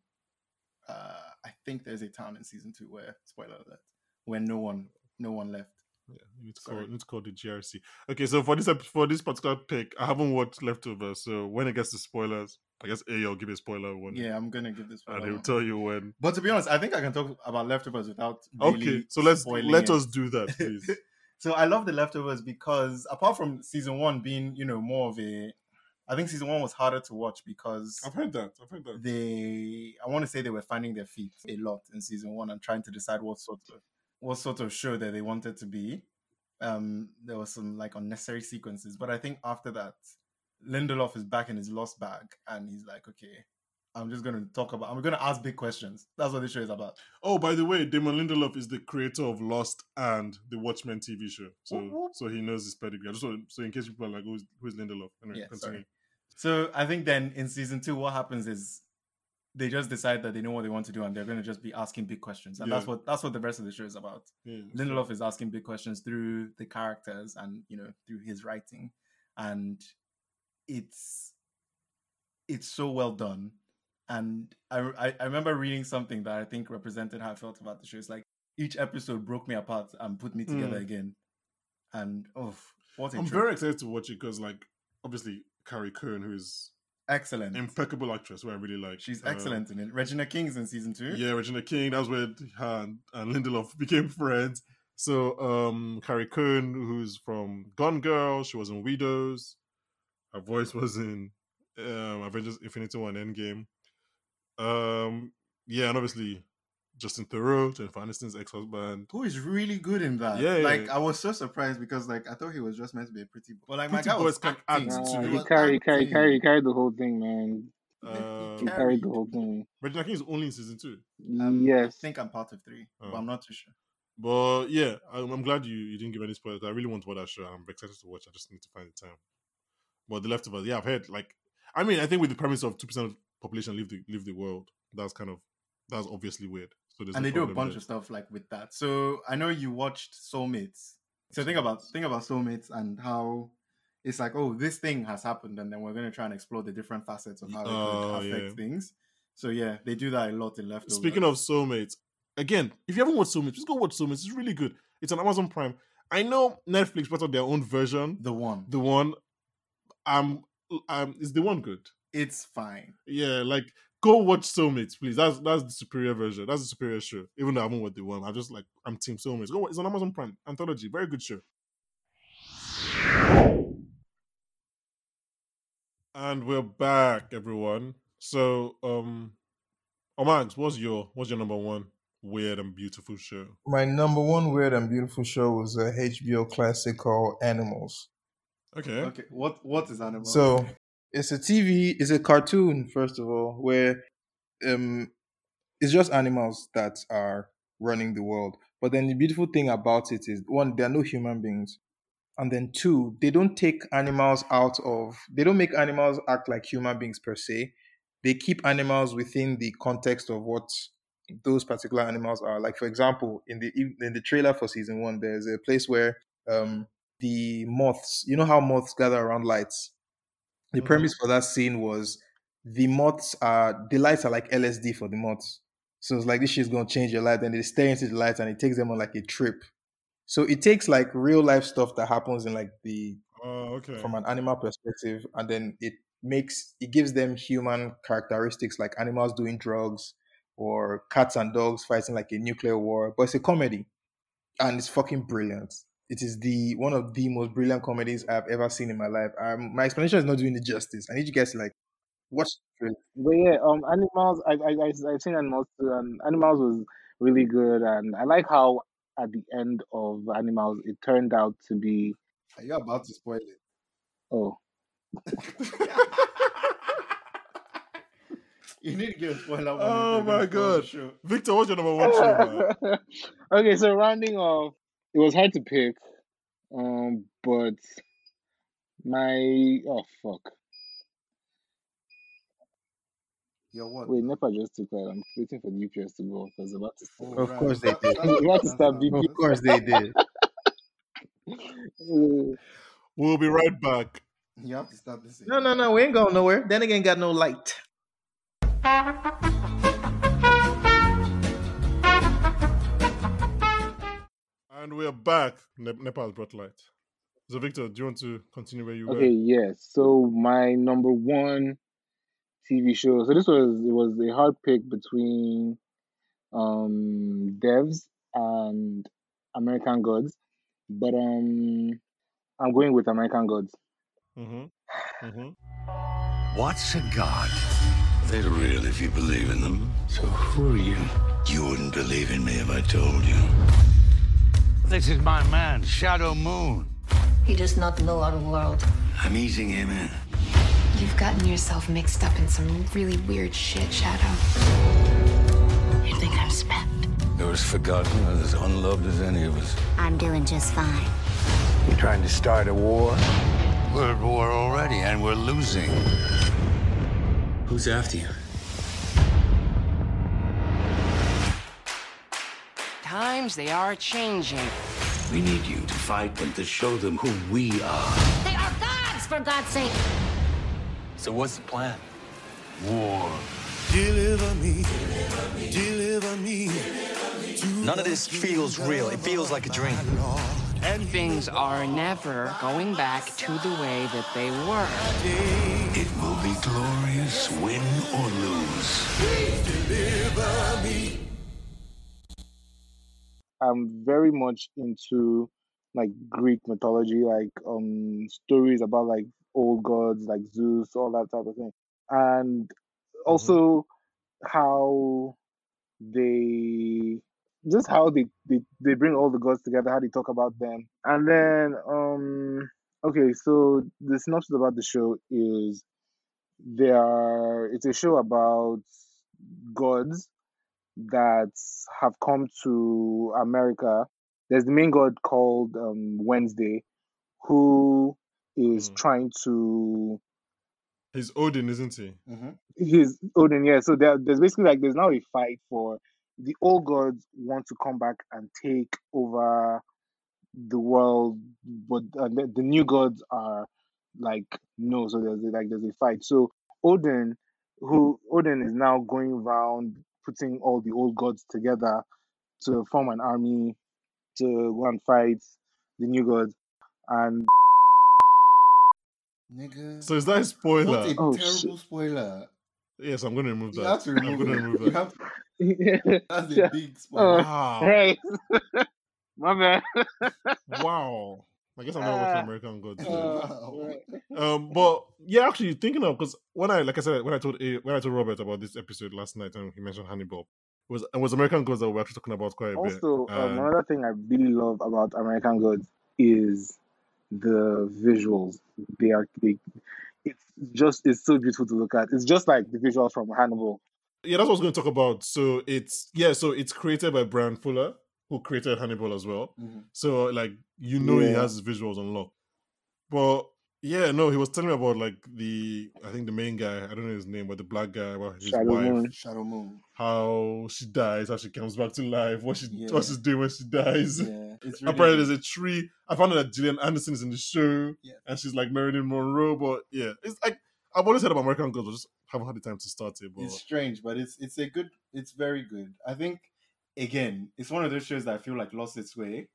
Speaker 2: Uh, I think there's a town in season two where spoiler alert, where no one, no one left.
Speaker 1: Yeah, you need to call, you need to call the GRC. Okay, so for this ep- for this particular pick, I haven't watched Leftover, so when it gets to spoilers, I guess A, you'll give a spoiler warning.
Speaker 2: Yeah, uh, I'm gonna give
Speaker 1: and
Speaker 2: this. spoiler
Speaker 1: he'll
Speaker 2: warning.
Speaker 1: tell you when.
Speaker 2: But to be honest, I think I can talk about leftovers without.
Speaker 1: Okay, so let's
Speaker 2: spoiling
Speaker 1: let
Speaker 2: it.
Speaker 1: us do
Speaker 2: *laughs*
Speaker 1: that, please.
Speaker 2: So I love the leftovers because apart from season one being, you know, more of a, I think season one was harder to watch because
Speaker 1: I've heard that. I've heard that.
Speaker 2: they I want to say they were finding their feet a lot in season one and trying to decide what sort of what sort of show that they wanted to be. Um, there was some like unnecessary sequences, but I think after that, Lindelof is back in his lost bag and he's like, okay, I'm just going to talk about. I'm going to ask big questions. That's what this show is about.
Speaker 1: Oh, by the way, Damon Lindelof is the creator of Lost and the Watchmen TV show, so so he knows his pedigree. I just want, so in case people are like, who's, who's Lindelof? Anyway,
Speaker 2: Yeah,
Speaker 1: continue.
Speaker 2: sorry. So I think then in season two, what happens is they just decide that they know what they want to do and they're going to just be asking big questions, and that's
Speaker 1: Yeah.
Speaker 2: what that's what the rest of the show is about.
Speaker 1: Yeah, that's
Speaker 2: Lindelof is asking big questions through the characters and you know through his writing, and it's it's so well done. And I, I I remember reading something that I think represented how I felt about the show. It's like each episode broke me apart and put me together
Speaker 1: Mm.
Speaker 2: again. And oh, what a
Speaker 1: I'm
Speaker 2: trip.
Speaker 1: very excited to watch it because, like, obviously Carrie Coon, who is
Speaker 2: excellent,
Speaker 1: impeccable actress, who I really like.
Speaker 2: She's
Speaker 1: Uh,
Speaker 2: excellent in it. Regina King's in season two.
Speaker 1: Yeah, Regina King. That's where her and, and Lindelof *laughs* became friends. So um Carrie Coon, who's from Gone Girl, she was in Widows. Her voice was in um, Avengers: Infinity War and Endgame. Um, yeah, and obviously Justin Theroux, Jennifer Aniston's
Speaker 2: *laughs*
Speaker 1: ex-husband.
Speaker 2: Who is really good in that?
Speaker 1: Yeah, yeah,
Speaker 2: like
Speaker 1: yeah.
Speaker 2: I was so surprised because like I thought he was just meant to be a pretty boy. But like
Speaker 1: Pretty
Speaker 2: my guy was
Speaker 1: boys can
Speaker 2: acting.
Speaker 1: act,
Speaker 4: Nah,
Speaker 2: He
Speaker 4: he
Speaker 2: was
Speaker 4: carried, carried,
Speaker 2: acting.
Speaker 4: carried, carried the whole thing, man.
Speaker 1: Uh,
Speaker 4: he carried the whole thing.
Speaker 1: Regina King is only in season two.
Speaker 4: yes.
Speaker 2: Um, I think I'm part of three,
Speaker 1: Oh,
Speaker 2: but I'm not too sure.
Speaker 1: But yeah, I'm, I'm glad you, you didn't give any spoilers. I really want to watch that show. I'm excited to watch. I just need to find the time. But the leftovers, yeah, I've heard. Like, I mean, I think with the premise of two percent of population leave the leave the world, that's kind of that's obviously weird. So there's
Speaker 2: and
Speaker 1: no
Speaker 2: they do a
Speaker 1: problem
Speaker 2: bunch
Speaker 1: there.
Speaker 2: of stuff like with that. So I know you watched Soulmates. So think about think about Soulmates and how it's like, oh, this thing has happened, and then we're gonna try and explore the different facets of how it
Speaker 1: Oh,
Speaker 2: could affect
Speaker 1: yeah.
Speaker 2: things. So yeah, they do that a lot in leftovers.
Speaker 1: Speaking of soulmates, again, if you haven't watched soulmates, just go watch soulmates. It's really good. It's on Amazon Prime. I know Netflix brought out their own version.
Speaker 2: The one.
Speaker 1: The one. Um, um, is the one good?
Speaker 2: It's fine.
Speaker 1: Yeah, like go watch Soulmates, please. That's that's the superior version. That's the superior show. Even though I haven't watched the one, I'm just like I'm Team Soulmates. Go, wa- it's on Amazon Prime anthology. Very good show. And we're back, everyone. So, um, Omags, what's your what's your number one weird and beautiful show?
Speaker 3: My number one weird and beautiful show was a HBO classic called Animals.
Speaker 1: Okay.
Speaker 2: Okay. What what is animal?
Speaker 3: So it's a TV, it's a cartoon, first of all, where um it's just animals that are running the world. But then the beautiful thing about it is one, there are no human beings. And then two, they don't take animals out of they don't make animals act like human beings per se. They keep animals within the context of what those particular animals are. Like for example, in the in the trailer for season one, there's a place where um the moths, you know how moths gather around lights. The premise for that scene was the moths are the lights are like LSD for the moths. So it's like this shit's gonna change your life. Then they stare into the lights and it takes them on like a trip. So it takes like real life stuff that happens in like the
Speaker 1: Oh, okay.
Speaker 3: from an animal perspective, and then it makes it gives them human characteristics like animals doing drugs or cats and dogs fighting like a nuclear war. But it's a comedy, and it's fucking brilliant. It is the one of the most brilliant comedies I've ever seen in my life. Um, my explanation is not doing it justice. I need you guys to like watch the trailer.
Speaker 4: But yeah, um,
Speaker 16: um,
Speaker 4: animals. I I I- I've seen animals too, and animals was really good, and I like how
Speaker 16: at the end of Animals, it turned out to be.
Speaker 2: Are you about to spoil it?
Speaker 16: Oh,
Speaker 2: *laughs* You need to give a spoiler. warning
Speaker 1: Oh my
Speaker 2: if you're gonna spoil the
Speaker 1: god.
Speaker 2: show.
Speaker 1: Victor, what's your number one
Speaker 2: *laughs*
Speaker 1: show, man?
Speaker 16: *laughs* okay, so rounding off, it was hard to pick, um, but my oh fuck,
Speaker 2: Your what?
Speaker 16: wait, Nepa just took that. I'm waiting for the UPS to go because about to
Speaker 2: Oh,
Speaker 16: start.
Speaker 3: Of course they did.
Speaker 16: I'm about to start beeping.
Speaker 3: Of course they did.
Speaker 1: We'll be right back.
Speaker 2: You have to stop this.
Speaker 17: No, no, no. We ain't going nowhere. Then again, got no light.
Speaker 1: And we're back. Ne- Nepal has brought light. So, Victor, do you want to continue where you were?
Speaker 16: Okay, yes. So my number one TV show. So this was it was a hard pick between um Devs and American Gods, but um I'm going with American Gods.
Speaker 1: Mm-hmm. Mm-hmm.
Speaker 5: What's a god? They're real if you believe in them. So who are you? You wouldn't believe in me if I told you. This is my man, Shadow Moon.
Speaker 18: He does not know our world.
Speaker 5: I'm easing him in.
Speaker 18: You've gotten yourself mixed up in some really weird shit, Shadow.
Speaker 8: You think I'm spent?
Speaker 5: You're as forgotten and as unloved as any of us.
Speaker 8: I'm doing just fine.
Speaker 5: You're trying to start a war? We're at war already, and we're losing. Who's after you?
Speaker 4: Times they are changing.
Speaker 5: We need you to fight them to show them who we are.
Speaker 8: They are gods, for God's sake!
Speaker 5: So what's the plan? War.
Speaker 19: Deliver me, deliver me.
Speaker 20: None of this feels real. It feels like a dream.
Speaker 4: Things are never going back to the way that they were.
Speaker 5: It will be glorious, win or lose.
Speaker 19: Deliver me.
Speaker 16: I'm very much into like Greek mythology, like um stories about like old gods like Zeus, all that type of thing. And also how they just how they, they they bring all the gods together, how they talk about them. And then um okay, so the synopsis about the show is there are it's a show about gods that have come to America. There's the main god called um, Wednesday, who is trying to.
Speaker 1: He's Odin, isn't he?
Speaker 2: Mm-hmm.
Speaker 16: He's Odin, yeah. So there, there's basically like there's now a fight for the old gods want to come back and take over the world, but uh, the, the new gods are like no. So there's a- like there's a fight. So Odin, who Odin is now going around putting all the old gods together to form an army to go and fight the new gods. And *laughs*
Speaker 2: Nigga.
Speaker 1: So, is that a spoiler?
Speaker 2: What a
Speaker 16: Oh,
Speaker 2: terrible spoiler.
Speaker 1: Yes, I'm going to remove that.
Speaker 2: You have to
Speaker 1: I'm
Speaker 2: remove
Speaker 1: going
Speaker 2: it.
Speaker 1: to remove
Speaker 2: You
Speaker 16: *laughs*
Speaker 1: that.
Speaker 2: have That's a
Speaker 16: Yeah.
Speaker 2: big spoiler. *laughs*
Speaker 16: Oh, Right. *laughs* My bad.
Speaker 1: wow. I guess I'm not watching American Gods. then.
Speaker 16: Uh,
Speaker 1: um, but yeah, actually thinking of because when I like I said when I told A- when I told Robert about this episode last night and he mentioned Hannibal it was it was American Gods that we were actually talking about quite a bit.
Speaker 16: also, um,
Speaker 1: And-
Speaker 16: another thing I really love about American Gods is the visuals. They are they, it's just it's so beautiful to look at. It's just like the visuals from Hannibal.
Speaker 1: yeah, that's what I was going to talk about. So it's yeah, so it's created by Brian Fuller who created Hannibal as well.
Speaker 2: Mm-hmm.
Speaker 1: So like you know he
Speaker 16: Yeah.
Speaker 1: has his visuals on lock. But yeah, no, he was telling me about like the I think the main guy I don't know his name but the black guy about his
Speaker 16: Shadow
Speaker 1: wife
Speaker 16: Moon.
Speaker 2: Shadow Moon.
Speaker 1: how she dies, how she comes back to life, what she
Speaker 2: Yeah.
Speaker 1: what she's doing when she dies.
Speaker 2: Yeah, it's
Speaker 1: *laughs*
Speaker 2: really
Speaker 1: Apparently,
Speaker 2: good.
Speaker 1: there's a tree. I found out that Gillian Anderson is in the show, and she's like Marilyn Monroe. But yeah, it's like I've always heard about American Girls, I just haven't had the time to start it. But
Speaker 2: It's strange, but it's it's a good. It's very good. I think again, it's one of those shows that I feel like lost its way.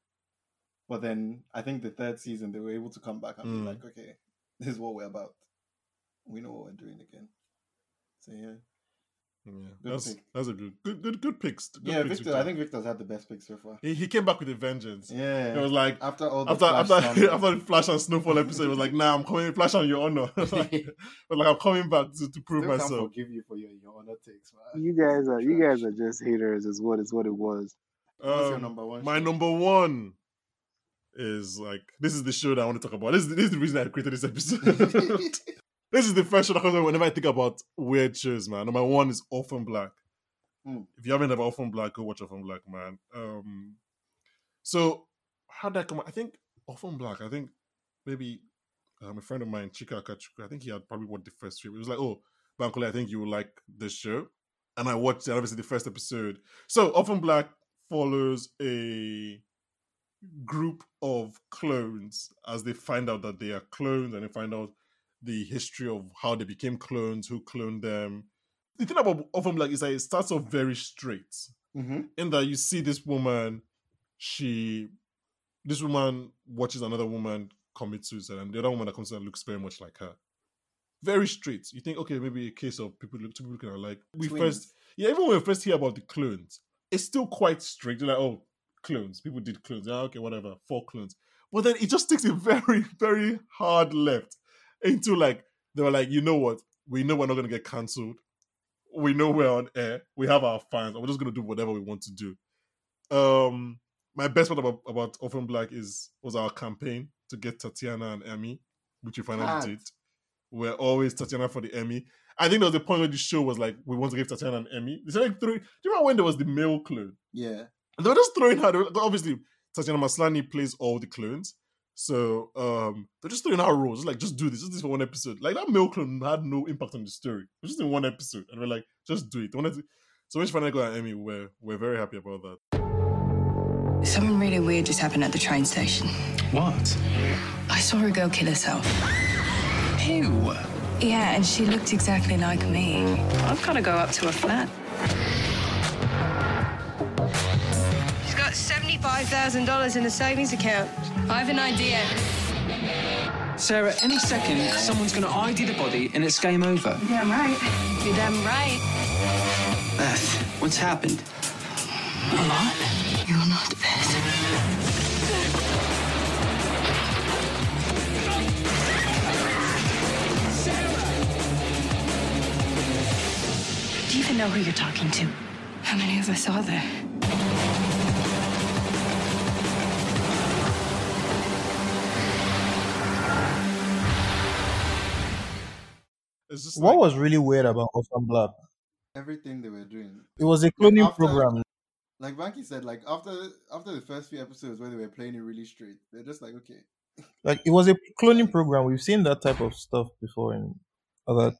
Speaker 2: But then I think the third season they were able to come back and
Speaker 17: Hmm.
Speaker 1: Mm.
Speaker 2: be like, okay, this is what we're about. We know what we're doing again. So yeah,
Speaker 1: yeah,
Speaker 2: Good
Speaker 1: that's
Speaker 2: pick.
Speaker 1: that's a good good good good picks. Good
Speaker 2: yeah.
Speaker 1: picks,
Speaker 2: Victor, I think Victor's had the best pick so far.
Speaker 1: He, he came back with a vengeance.
Speaker 2: Yeah.
Speaker 1: it was like
Speaker 2: After all the
Speaker 1: after *laughs*
Speaker 2: Flash
Speaker 1: after
Speaker 2: drama.
Speaker 1: after the Flash and Snowfall episode, it was like, nah, I'm coming. Flash on your honor, *laughs* but like I'm coming back to, to prove
Speaker 2: Still can't
Speaker 1: myself.
Speaker 2: forgive you for your your honor takes. Man.
Speaker 16: You guys are you guys are just haters. Is what is what it was.
Speaker 2: What's your number one
Speaker 1: Um, My number one is like this is the show that I want to talk about. This is, this is the reason I created this episode. this is the first show that comes up whenever I think about weird shows, man. Number one is Orphan Black.
Speaker 2: Mm.
Speaker 1: If you haven't heard about Orphan Black, go watch Orphan Black, man. Um, so how would that come? out? I think Orphan Black. I think maybe um, a friend of mine, Chika Akachuku, I think he had probably watched the first stream. It was like, oh, Bankole, I think you will like this show. And I watched, and obviously, the first episode. So, Often Black follows a group of clones as they find out that they are clones and they find out the history of how they became clones, who cloned them. The thing about Often Black is that it starts off very straight,
Speaker 2: Mhm.
Speaker 1: in that you see this woman, she this woman watches another woman commit suicide, and the other woman that comes and looks very much like her. Very straight. You think, okay, maybe a case of people look two people looking alike. We
Speaker 2: Twins.
Speaker 1: first, yeah, even when we first hear about the clones, it's still quite strict. They're like, oh, clones. People did clones. Yeah, okay, whatever. Four clones. But then it just takes a *laughs* very, very hard left into like they were like, you know what? We know we're not gonna get cancelled. We know we're on air. We have our fans. and We're just gonna do whatever we want to do um my best part about about Orphan Black is was our campaign to get Tatiana and Emmy, which we finally
Speaker 2: Hard.
Speaker 1: did. We're always Tatiana for the Emmy. I think there was a point where the show was like, we want to give Tatiana an Emmy. They started throwing. Do you remember when there was the male clone?
Speaker 2: Yeah.
Speaker 1: And they were just throwing out. Obviously, Tatiana Maslany plays all the clones, so um they're just throwing out roles. It's like, just do this. Just this for one episode. Like that male clone had no impact on the story. It was just in one episode, and we're like, just do it. They wanted to- So when she finally got an Emmy, we're we're very happy about that.
Speaker 18: Something really weird just happened at the train station.
Speaker 5: What?
Speaker 18: I saw a girl kill herself. Who? Yeah, and she looked exactly like me. I've got to go up to her flat.
Speaker 21: She's got $75,000 in a savings account. I have an idea.
Speaker 5: Sarah, any second, someone's going to ID the body and it's game over.
Speaker 21: You're damn right. You're damn right.
Speaker 5: Beth, what's happened?
Speaker 18: A lot? You're not the best. Do you even know who you're talking to? How many of us are there?
Speaker 3: *laughs* What was really weird about Orphan Black?
Speaker 2: Everything they were doing.
Speaker 3: It was a cloning program.
Speaker 2: Like Banky said, like after after the first few episodes where they were playing it really straight, they're just like, okay,
Speaker 3: Like it was a cloning program. We've seen that type of stuff before in other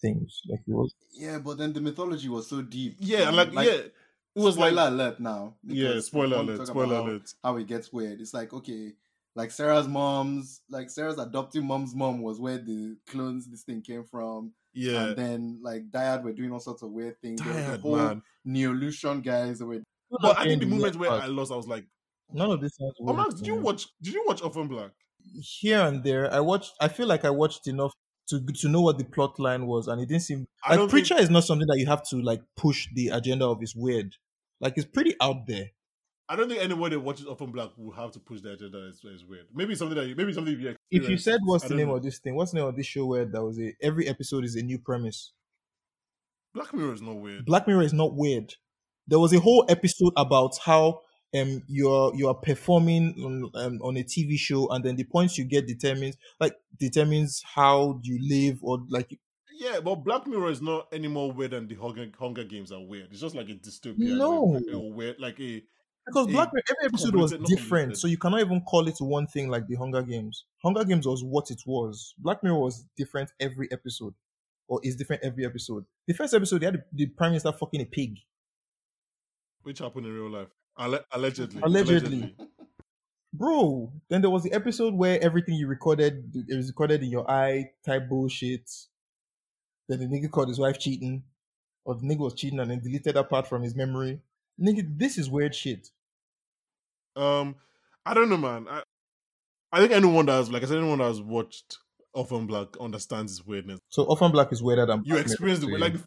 Speaker 3: things. Like it was
Speaker 2: yeah. But then the mythology was so deep.
Speaker 1: Yeah,
Speaker 2: and,
Speaker 1: like, yeah, it was
Speaker 2: spoiler
Speaker 1: like-
Speaker 2: alert now.
Speaker 1: Yeah,
Speaker 2: because
Speaker 1: spoiler
Speaker 2: we want to
Speaker 1: alert,
Speaker 2: talk
Speaker 1: spoiler
Speaker 2: about how-
Speaker 1: alert.
Speaker 2: How it gets weird. It's like okay, like Sarah's mom's, like Sarah's adoptive mom's mom was where the clones this thing came from.
Speaker 1: Yeah.
Speaker 2: and then like Dyad were doing all sorts of weird things. There was the
Speaker 1: Dyad,
Speaker 2: whole
Speaker 1: man.
Speaker 2: Neolution guys that were.
Speaker 1: But I think the moment where I lost, I was like,
Speaker 3: none of this. sounds
Speaker 1: "Oh,
Speaker 3: weird
Speaker 1: Max, did
Speaker 3: to
Speaker 1: you
Speaker 3: me.
Speaker 1: watch? Did you watch Orphan Black?"
Speaker 3: here and there. I watched. I feel like I watched enough to to know what the plot line was, and it didn't seem
Speaker 1: I
Speaker 3: like
Speaker 1: don't
Speaker 3: preacher is not something that you have to like push the agenda of. It's weird. Like it's pretty out there.
Speaker 1: I don't think anyone that watches Orphan Black will have to push the agenda. It's, it's weird. Maybe it's something that you, maybe it's something you.
Speaker 3: If you
Speaker 1: experienced.
Speaker 3: said what's
Speaker 1: I
Speaker 3: the
Speaker 1: don't
Speaker 3: name
Speaker 1: know.
Speaker 3: of this thing, what's the name of this show where that was a every episode is a new premise.
Speaker 1: Black Mirror is not weird.
Speaker 3: Black Mirror is not weird. There was a whole episode about how um you're you're performing on, um, on a TV show, and then the points you get determines like determines how you live or like
Speaker 1: Yeah, but Black Mirror is not any more weird than the Hunger, Hunger Games are weird. It's just like a dystopia. It's a-
Speaker 3: No.
Speaker 1: a, weird like a
Speaker 3: because
Speaker 1: a
Speaker 3: Black Mirror every episode was
Speaker 1: convoluted- not
Speaker 3: different, so you cannot even call it one thing like the Hunger Games. Hunger Games was what it was. Black Mirror was different every episode, or is different every episode. The first episode, they had the, the prime minister fucking a pig.
Speaker 1: convoluted, which happened in real life, Alle- allegedly.
Speaker 3: allegedly. Bro, then there was the episode where everything you recorded it was recorded in your eye type bullshit. Then the nigga called his wife cheating, or the nigga was cheating and then deleted that part from his memory. Nigga, this is weird shit.
Speaker 1: Um, I don't know, man. I, I think anyone that has, like I said, anyone that has watched Orphan Black understands its weirdness.
Speaker 3: So often black is weirder than
Speaker 1: You
Speaker 3: Black Mirror
Speaker 1: experience the
Speaker 3: to
Speaker 1: weird,
Speaker 3: you.
Speaker 1: like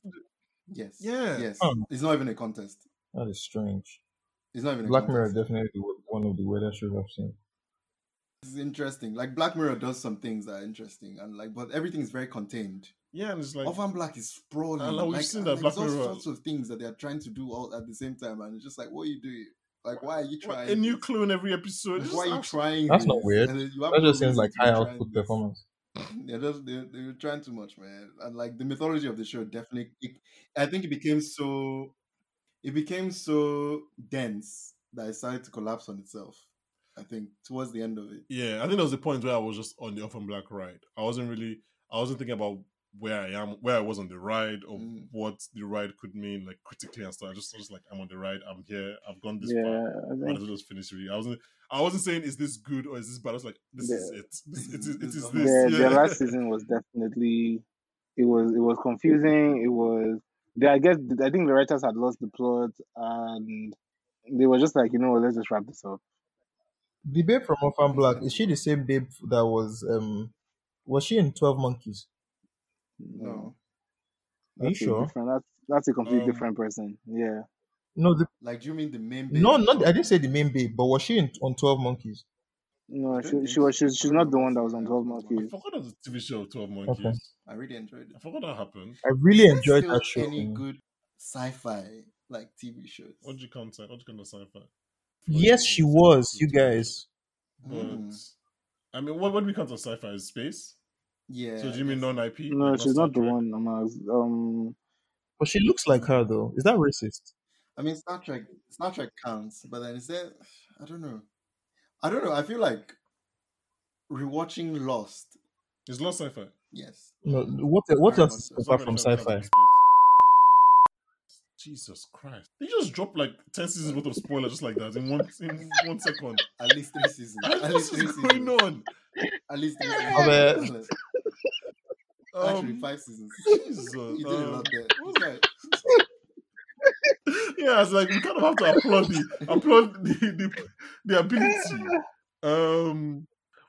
Speaker 2: Yes.
Speaker 1: Yeah. Oh.
Speaker 2: Yes.
Speaker 3: Um.
Speaker 2: it's not even a contest.
Speaker 3: that is strange.
Speaker 2: It's not even a
Speaker 3: Black
Speaker 2: contest.
Speaker 3: Mirror is definitely the- one of the weirdest shows I've seen.
Speaker 2: It's interesting. Like Black Mirror does some things that are interesting, and like, but everything is very contained.
Speaker 1: Yeah, and it's like
Speaker 2: Orphan Black is sprawling.
Speaker 1: And like, we've
Speaker 2: like,
Speaker 1: seen
Speaker 2: and
Speaker 1: that
Speaker 2: like,
Speaker 1: Black
Speaker 2: there's all
Speaker 1: Mirror-
Speaker 2: sorts of things that they are trying to do all at the same time, and it's just like, what are you doing? Like, why are you trying?
Speaker 1: A new clue in every episode.
Speaker 2: Why are you trying?
Speaker 3: That's
Speaker 2: this?
Speaker 3: not weird.
Speaker 2: And then you have
Speaker 3: That
Speaker 2: no
Speaker 3: just
Speaker 2: reason
Speaker 3: seems like
Speaker 2: to be
Speaker 3: high
Speaker 2: trying
Speaker 3: output performance.
Speaker 2: They're just they're, they're trying too much, man. And like the mythology of the show definitely, it, I think it became so, it became so dense that it started to collapse on itself. I think towards the end of it,
Speaker 1: Yeah, I think that was the point where I was just on the off and black ride. I wasn't really, I wasn't thinking about where I am, where I was on the ride, or
Speaker 16: Mm.
Speaker 1: what the ride could mean, like critically and stuff. I just, I was like, I'm on the ride, I'm here, I've gone this
Speaker 16: Yeah,
Speaker 1: far.
Speaker 16: I
Speaker 1: Might
Speaker 16: think-
Speaker 1: as well just finish it. I wasn't, I wasn't saying is this good or is this bad. I was like, this is
Speaker 16: Yeah. *laughs*
Speaker 1: it. This, it is, it is
Speaker 16: Yeah,
Speaker 1: this.
Speaker 16: their last season was definitely it was it was confusing. It was they, I guess I think the writers had lost the plot and they were just like, you know what, let's just wrap this up.
Speaker 3: The babe from Off and Black is she the same babe that was um was she in Twelve Monkeys?
Speaker 2: No.
Speaker 3: Are you
Speaker 16: That's a
Speaker 3: sure?
Speaker 16: different- That's that's a completely
Speaker 3: Um,
Speaker 16: different person. Yeah.
Speaker 3: No, the,
Speaker 2: like do you mean the main? babe?
Speaker 3: no, not I didn't say the main babe, but was she in, on Twelve Monkeys?
Speaker 16: No, she, she was she's, she's not the one that was on Twelve
Speaker 1: *laughs*
Speaker 16: Monkeys.
Speaker 1: I forgot about the TV show Twelve Monkeys.
Speaker 3: Okay.
Speaker 2: I really enjoyed it. I
Speaker 1: forgot that happened.
Speaker 3: I really
Speaker 2: Is there
Speaker 3: enjoyed
Speaker 2: still
Speaker 3: that show.
Speaker 2: Any
Speaker 3: man.
Speaker 2: good sci-fi like TV shows?
Speaker 1: What do you consider? What do you consider sci-fi?
Speaker 3: Mm. Yes, she was. You guys,
Speaker 1: But
Speaker 16: Mm.
Speaker 1: I mean, what what do we consider sci-fi? Is space?
Speaker 2: Yeah.
Speaker 1: So do you mean non-IP?
Speaker 16: No,
Speaker 1: Like,
Speaker 16: she's
Speaker 1: Star
Speaker 16: not the
Speaker 1: Trek?
Speaker 16: one. Amaz. Um,
Speaker 3: but she looks like her though. Is that racist?
Speaker 2: I mean, Star Trek. Star Trek counts, but then is there? I don't know. I don't know. I feel like rewatching Lost.
Speaker 1: Is Lost sci-fi?
Speaker 2: Yes.
Speaker 3: No, what what
Speaker 2: Very
Speaker 3: else
Speaker 2: much so.
Speaker 3: apart from sci-fi?
Speaker 1: Jesus Christ! They just dropped like ten seasons worth of spoiler just like that in one in one second.
Speaker 2: At
Speaker 1: *laughs*
Speaker 2: least three seasons.
Speaker 1: What
Speaker 2: At
Speaker 1: else
Speaker 2: least
Speaker 1: is
Speaker 2: three
Speaker 1: going
Speaker 2: seasons.
Speaker 1: on?
Speaker 2: At least
Speaker 1: *laughs*
Speaker 2: three
Speaker 1: Albert.
Speaker 2: seasons. Actually,
Speaker 1: Um,
Speaker 2: five seasons.
Speaker 1: Jesus,
Speaker 2: You did a
Speaker 1: um,
Speaker 2: lot there. What was that?
Speaker 1: yeah, it's like we kind of have to applaud the applaud the, the, the ability. Um,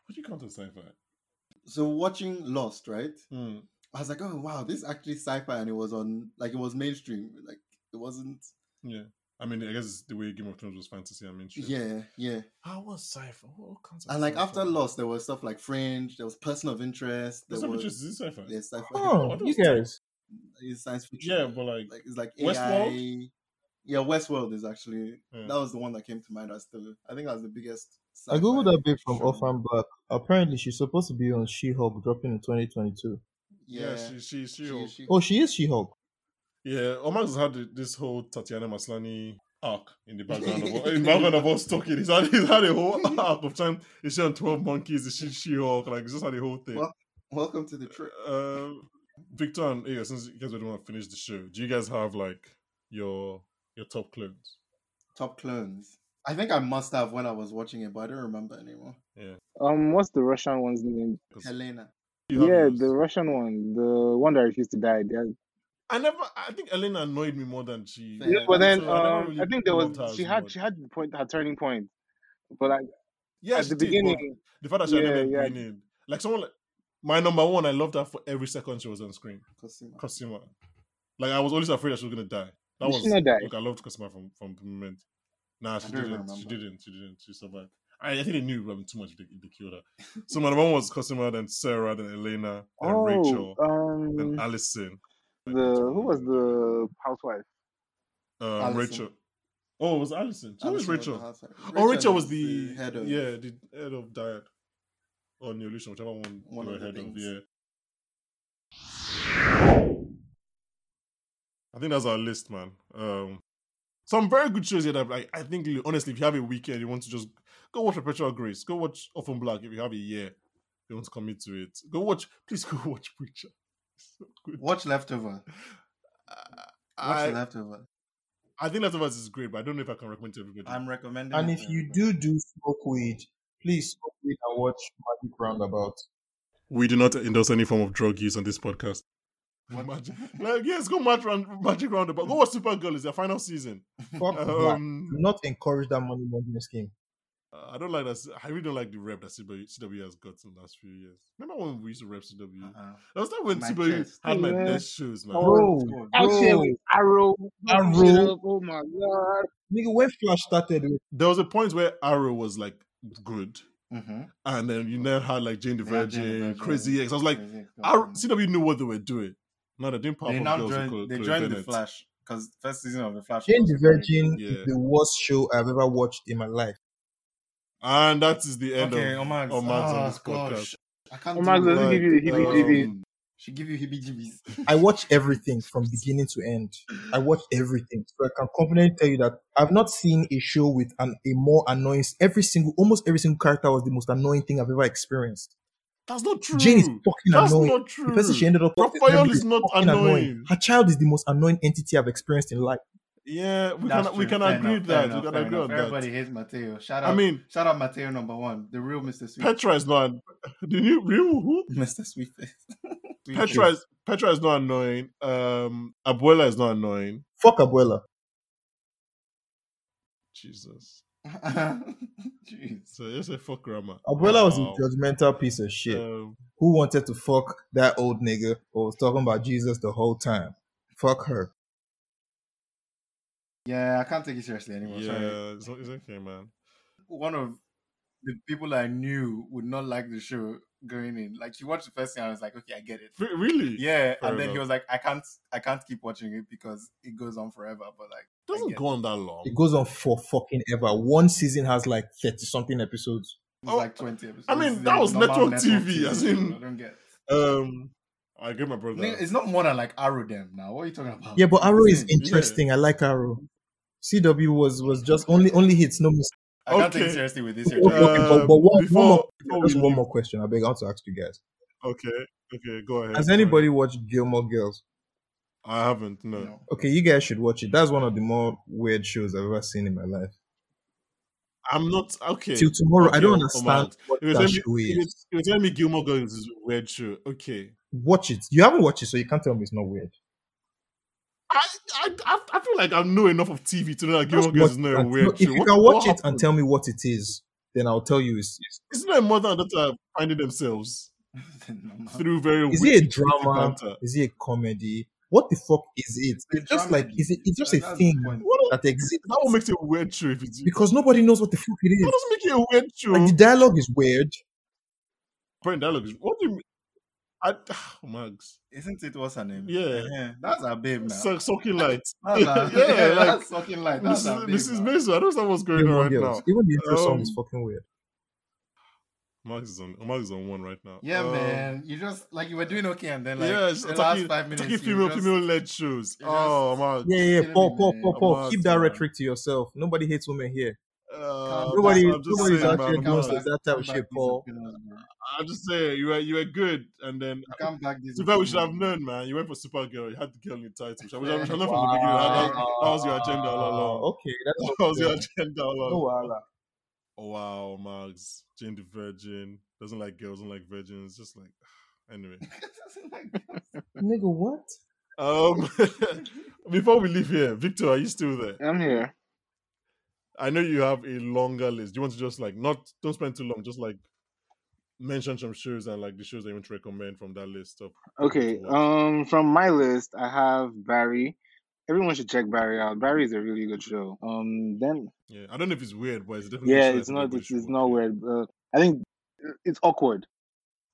Speaker 1: what do you count as sci-fi?
Speaker 2: so watching Lost, right?
Speaker 1: Hmm.
Speaker 2: I was like, oh wow, this is actually sci-fi, and it was on like it was mainstream. Like it wasn't.
Speaker 1: Yeah, I mean, I guess it's the way Game of Thrones was fantasy. I mean, shit.
Speaker 2: Yeah, yeah.
Speaker 1: How was sci-fi? What, what counts as
Speaker 2: And like
Speaker 1: sci-fi?
Speaker 2: after Lost, there was stuff like Fringe. There was Person of Interest. There
Speaker 1: Person of
Speaker 2: was
Speaker 1: Interest is sci-fi?
Speaker 2: Yeah, sci-fi.
Speaker 1: Oh, I thought you it was tech. guys.
Speaker 2: It's science fiction.
Speaker 1: Yeah, but like,
Speaker 2: it's like AI.
Speaker 1: Westworld.
Speaker 2: Yeah, Westworld is actually
Speaker 1: Yeah.
Speaker 2: that was the one that came to mind. I still, I think that was the biggest.
Speaker 3: I
Speaker 2: sci-fi.
Speaker 3: googled that babe from Off and Black. Apparently, she's supposed to be on She-Hulk, dropping in 2022.
Speaker 1: Yeah, she she she. she,
Speaker 3: Oh, she is She-Hulk.
Speaker 1: Yeah, Omar has had this whole Tatiana Maslany arc in the background of in the background of us talking. He's had he's had a whole *laughs* arc of time. Is she on Twelve Monkeys? Is she She Hulk? Like he's just had the whole thing.
Speaker 2: Well, welcome to the trip.
Speaker 1: Um, Victor and yeah, since you guys don't want to finish the show, do you guys have like your your top clones?
Speaker 2: Top clones. I think I must have when I was watching it, but I don't remember anymore.
Speaker 1: Yeah.
Speaker 16: um, what's the Russian one's name?
Speaker 2: Helena.
Speaker 16: Yeah, the Russian one, the one that refused to die. They had-
Speaker 1: I never. I think Elena annoyed me more than she.
Speaker 16: Yeah, but then
Speaker 1: So I never
Speaker 16: um,
Speaker 1: really
Speaker 16: I think there
Speaker 1: loved her
Speaker 16: was
Speaker 1: as
Speaker 16: she had
Speaker 1: much.
Speaker 16: she had the point her turning point, but like
Speaker 1: Yeah,
Speaker 16: at
Speaker 1: she
Speaker 16: the
Speaker 1: did,
Speaker 16: beginning,
Speaker 1: but the fact that she had
Speaker 16: Yeah,
Speaker 1: ended up
Speaker 16: yeah.
Speaker 1: winning, like someone like my number one, I loved her for every second she was on screen.
Speaker 2: Cosima.
Speaker 1: Like I was always afraid that she was gonna die. That
Speaker 16: Did
Speaker 1: was
Speaker 16: she not die?
Speaker 1: Look, I loved Cosima from from the moment. Nah, she
Speaker 2: don't
Speaker 1: didn't. She
Speaker 2: remember.
Speaker 1: didn't. She didn't. She survived. I, I think they knew Robin too much. If they, if they killed her. So my number one was Cosima, then Sarah, then Elena, then
Speaker 16: oh,
Speaker 1: Rachel,
Speaker 16: um,
Speaker 1: then Allison,
Speaker 16: the who was the housewife?
Speaker 1: um,
Speaker 16: Allison.
Speaker 1: Rachel. Oh, it was Allison. Who was
Speaker 16: Allison was
Speaker 1: Rachel?
Speaker 16: the housewife.
Speaker 1: oh,
Speaker 16: Rachel
Speaker 1: Rachel was
Speaker 16: was
Speaker 1: the,
Speaker 16: the head of-
Speaker 1: yeah the head of diet or Neolution, whichever one,
Speaker 2: One
Speaker 1: you were
Speaker 2: of the
Speaker 1: head of.
Speaker 2: things.
Speaker 1: Yeah. I think that's our list, man. Um, some very good shows here. That like I think honestly, if you have a weekend, you want to just go watch Perpetual Grace. Go watch Often Black. If you have a year, you want to commit to it. Go watch. Please go *laughs* watch Preacher.
Speaker 2: Watch Leftover. Watch
Speaker 1: I-
Speaker 2: Leftover.
Speaker 1: I think Leftovers is great, but I don't know if I can recommend it to everybody.
Speaker 2: I'm recommending.
Speaker 3: And
Speaker 2: it Uh-huh.
Speaker 3: if
Speaker 2: to
Speaker 3: you do do smoke weed, please smoke weed and watch Magic Roundabout.
Speaker 1: We do not endorse any form of drug use on this podcast. Magic. Like, yes, go match round, magic roundabout. Go watch Supergirl. It's their final season. *laughs*
Speaker 3: Fuck black.
Speaker 1: um,
Speaker 3: Do not encourage that money laundering scheme.
Speaker 1: I don't like that. I really don't like the rep that CW, CW has got in the last few years. Remember when we used to rep
Speaker 2: Uh-huh.
Speaker 1: CW? That was not when
Speaker 16: My
Speaker 1: CW
Speaker 16: chest.
Speaker 1: had my
Speaker 16: Yeah.
Speaker 1: best shows, man.
Speaker 3: Bro,
Speaker 16: Action
Speaker 3: bro.
Speaker 16: with Arrow.
Speaker 3: Arrow.
Speaker 16: Oh my god.
Speaker 3: Nigga, when Flash started,
Speaker 1: There was a point where Arrow was like good,
Speaker 2: Mm-hmm.
Speaker 1: and then you then had like Jane the Virgin, Crazy
Speaker 2: Mm-hmm.
Speaker 1: X. I was like, Arrow, CW knew what they were doing. No, they didn't pop
Speaker 2: They
Speaker 1: up
Speaker 2: now
Speaker 1: girls with
Speaker 2: joined-
Speaker 1: Chloe-
Speaker 2: they
Speaker 1: Chloe
Speaker 2: joined The
Speaker 1: Bennett.
Speaker 2: Flash. because first season of the Flash.
Speaker 3: Jane
Speaker 2: was
Speaker 3: the
Speaker 2: very
Speaker 3: Virgin
Speaker 2: good.
Speaker 3: is the worst show I've ever watched in my life.
Speaker 1: And that is the end
Speaker 2: Okay,
Speaker 1: of um,
Speaker 2: Omax.
Speaker 1: Omax
Speaker 2: Ah,
Speaker 1: on this podcast.
Speaker 2: gosh. I can't
Speaker 16: Omax
Speaker 2: do
Speaker 16: doesn't
Speaker 2: it.
Speaker 16: give you the heebie-jeebies.
Speaker 2: Um, She give you heebie jeebies.
Speaker 3: I watch everything from beginning to end. I watch everything. So I can confidently tell you that I've not seen a show with an, a more annoying. Every single, almost every single character was the most annoying thing I've ever experienced.
Speaker 1: That's not true.
Speaker 3: Jane is fucking
Speaker 1: Hmm. That's
Speaker 3: annoying.
Speaker 1: not true.
Speaker 3: The person she ended up with
Speaker 1: Raphael
Speaker 3: is
Speaker 1: is not
Speaker 3: fucking
Speaker 1: annoying.
Speaker 3: Her child is the most annoying entity I've experienced in life.
Speaker 1: Yeah, we
Speaker 2: That's
Speaker 1: can we
Speaker 2: true.
Speaker 1: can
Speaker 2: Fair
Speaker 1: agree
Speaker 2: enough,
Speaker 1: with
Speaker 2: fair
Speaker 1: that.
Speaker 2: enough,
Speaker 1: we can
Speaker 2: fair
Speaker 1: agree
Speaker 2: enough.
Speaker 1: on that.
Speaker 2: Everybody hates Mateo. Shout
Speaker 1: I
Speaker 2: out.
Speaker 1: mean-
Speaker 2: shout out Mateo number one, the real Mister Sweet.
Speaker 1: Petra is not. The new real who?
Speaker 2: *laughs* Mister Sweetface.
Speaker 1: *laughs*
Speaker 2: *laughs*
Speaker 1: Petra is Petra is not annoying. Um, Abuela is not annoying.
Speaker 3: Fuck Abuela.
Speaker 1: Jesus. So just say fuck grandma.
Speaker 3: Abuela was a
Speaker 1: Wow.
Speaker 3: judgmental piece of shit
Speaker 1: Um,
Speaker 3: who wanted to fuck that old nigga or was talking about Jesus the whole time. Fuck her.
Speaker 2: Yeah, I can't take it seriously anymore.
Speaker 1: Yeah,
Speaker 2: Sorry.
Speaker 1: it's, it's okay, man.
Speaker 2: one of the people I knew would not like the show going in. Like he watched the first thing, I was like, okay, I get it.
Speaker 1: Re- really?
Speaker 2: Yeah,
Speaker 1: Fair
Speaker 2: and then he
Speaker 1: enough.
Speaker 2: was like, I can't, I can't keep watching it because it goes on forever. But like,
Speaker 1: It doesn't go on that long.
Speaker 3: It goes on for fucking ever. One season has like 30 something episodes.
Speaker 2: it's like twenty episodes.
Speaker 1: Oh, I mean,
Speaker 2: It's
Speaker 1: that
Speaker 2: the
Speaker 1: was
Speaker 2: normal
Speaker 1: network TV, as in-
Speaker 2: I don't get.
Speaker 1: Um, I agree, with my brother.
Speaker 2: It's not more than like Arrow them now. What are you talking about?
Speaker 3: Yeah, but Arrow
Speaker 1: Mm,
Speaker 3: is
Speaker 2: Yeah.
Speaker 3: interesting. I like Arrow. CW was was just only only hits, no mistakes.
Speaker 2: I can't take it seriously with this.
Speaker 1: *laughs*
Speaker 3: Okay,
Speaker 2: *laughs*
Speaker 3: okay, but, but one,
Speaker 1: before-
Speaker 3: one more,
Speaker 1: before
Speaker 3: just
Speaker 1: we
Speaker 3: one more question. I beg, I want to ask you guys:
Speaker 1: Okay, okay, go ahead.
Speaker 3: Has
Speaker 1: go ahead.
Speaker 3: anybody watched Gilmore Girls?
Speaker 1: I haven't. No.
Speaker 3: Okay, you guys should watch it. That's one of the more weird shows I've ever seen in my life.
Speaker 1: I'm not okay.
Speaker 3: Till tomorrow, I
Speaker 1: okay,
Speaker 3: don't
Speaker 1: Omar.
Speaker 3: understand what
Speaker 1: If you
Speaker 3: that
Speaker 1: tell
Speaker 3: show
Speaker 1: me,
Speaker 3: is.
Speaker 1: if you- if you tell me Gilmore Girls is a weird show, okay.
Speaker 3: Watch it. You haven't watched it, so you can't tell me it's not weird.
Speaker 1: I, I I I feel like I know enough of TV to know that Gilmore
Speaker 3: Just
Speaker 1: Girls
Speaker 3: watch
Speaker 1: is not a
Speaker 3: that.
Speaker 1: weird
Speaker 3: No, if
Speaker 1: show.
Speaker 3: you can watch it and tell me what it is, then I'll tell you. It's, it's-
Speaker 1: it's not a mother and daughter finding themselves through very.
Speaker 3: is
Speaker 1: witty-
Speaker 3: it a
Speaker 1: witty
Speaker 3: drama?
Speaker 1: banter.
Speaker 3: Is it a comedy? What the fuck is it? It's just like is it? It's just a thing that exists.
Speaker 1: That will make it a weird show if it's
Speaker 3: because nobody knows what the fuck it is.
Speaker 1: That doesn't make it a weird show.
Speaker 3: Like the dialogue is weird.
Speaker 1: Brent dialogue. is- What do you mean? I, *sighs* Mags.
Speaker 2: Isn't it what's her name?
Speaker 1: Yeah.
Speaker 2: that's our babe now.
Speaker 1: Suck- sucking
Speaker 3: *laughs*
Speaker 1: light. *laughs*
Speaker 2: That's *laughs* our-
Speaker 1: yeah, like
Speaker 2: that's sucking light. That's our
Speaker 1: Mrs.
Speaker 2: babe
Speaker 1: Mrs. Mason. I don't know what's going on
Speaker 3: Gilmore
Speaker 1: right
Speaker 3: Girls.
Speaker 1: now.
Speaker 3: Even the intro song is
Speaker 1: Um,
Speaker 3: fucking weird.
Speaker 1: Mags is on. Mags is on one right now.
Speaker 2: Yeah,
Speaker 1: Um,
Speaker 2: man. You just like you were doing okay, and then like
Speaker 1: yeah,
Speaker 2: the
Speaker 1: it's
Speaker 2: last
Speaker 1: talking,
Speaker 2: five minutes,
Speaker 1: talking
Speaker 2: you
Speaker 1: female,
Speaker 2: just-
Speaker 1: female led shows. Oh, Mags.
Speaker 3: Yeah, yeah, yeah. Paul, Paul, Paul, Paul.
Speaker 1: Mags,
Speaker 3: Keep that
Speaker 1: man.
Speaker 3: rhetoric to yourself. Nobody hates women here.
Speaker 1: Uh,
Speaker 3: nobody,
Speaker 1: I'm just
Speaker 3: nobody's
Speaker 1: saying,
Speaker 3: actually
Speaker 1: man,
Speaker 3: against
Speaker 1: Mags.
Speaker 3: that type of shit, Paul.
Speaker 1: I'm just saying, you were you were good, and then
Speaker 2: come back. This
Speaker 1: super, we should have known, man. You went for Supergirl. You had the girl in the title. Which I wish I wish I know from the
Speaker 3: Wow.
Speaker 1: beginning. That, that, that was your agenda all along.
Speaker 3: Ah, Okay, that's
Speaker 1: *laughs* that
Speaker 3: not
Speaker 1: was your
Speaker 3: fair.
Speaker 1: agenda all along.
Speaker 3: No wahala.
Speaker 1: Wow, Mags, Jane the Virgin doesn't like girls, doesn't like virgins. Just like *sighs*
Speaker 3: *laughs*
Speaker 1: anyway.
Speaker 16: *laughs*
Speaker 3: Nigga, what?
Speaker 1: Um, *laughs* before we leave here, Victor, are you still there?
Speaker 16: I'm here.
Speaker 1: I know you have a longer list. Do you want to just like not don't spend too long, just like mention some shows and like the shows that you want to recommend from that list of
Speaker 16: Okay. Um, from my list, I have Barry. Everyone should check Barry out. Barry is a really good show. Um, then
Speaker 1: yeah. I don't know if it's weird, but it's definitely a
Speaker 16: yeah,
Speaker 1: show I
Speaker 16: it's
Speaker 1: think
Speaker 16: not
Speaker 1: everybody
Speaker 16: it's,
Speaker 1: should
Speaker 16: it's
Speaker 1: watch.
Speaker 16: not weird. Uh, I think it's awkward.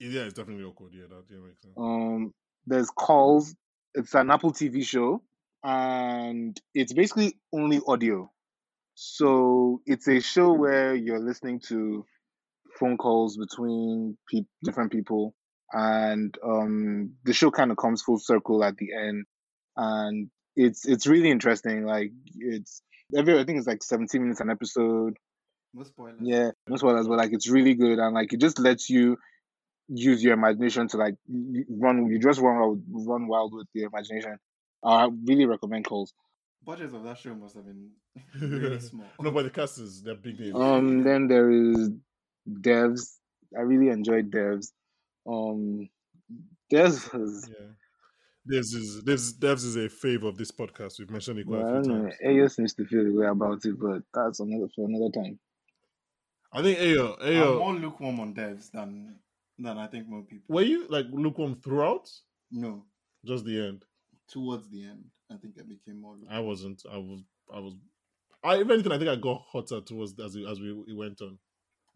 Speaker 1: Yeah, it's definitely awkward. Yeah, that yeah makes sense.
Speaker 16: Um, there's calls. It's an Apple TV show, and it's basically only audio. So it's a show where you're listening to phone calls between pe- different people, and um, the show kind of comes full circle at the end, and it's it's really interesting. Like it's every I think it's like 17 minutes an episode.
Speaker 2: No spoilers.
Speaker 16: Yeah, no spoilers, but like it's really good, and like it just lets you use your imagination to like y- y- run. You just run wild, run wild with your imagination. I really recommend Calls.
Speaker 2: Budgets of that show must have
Speaker 1: *laughs*
Speaker 2: been really small.
Speaker 1: no, but the cast is they're big names.
Speaker 16: Um, then there is Devs. I really enjoyed Devs. Um, Devs was
Speaker 1: This is this Devs is a fave of this podcast. We've mentioned it quite
Speaker 16: well, I
Speaker 1: a
Speaker 16: don't
Speaker 1: few
Speaker 16: know.
Speaker 1: times.
Speaker 16: Ayo seems to feel the way about it, but that's another for another time.
Speaker 1: I think Ayo,
Speaker 2: I'm
Speaker 1: Ayo,
Speaker 2: more lukewarm on devs than than I think more people.
Speaker 1: were you like lukewarm throughout?
Speaker 2: No,
Speaker 1: just the end.
Speaker 2: Towards the end, I think I became more. Lukewarm.
Speaker 1: I wasn't. I was. I was. I if anything, I think I got hotter towards as we, as we it went on.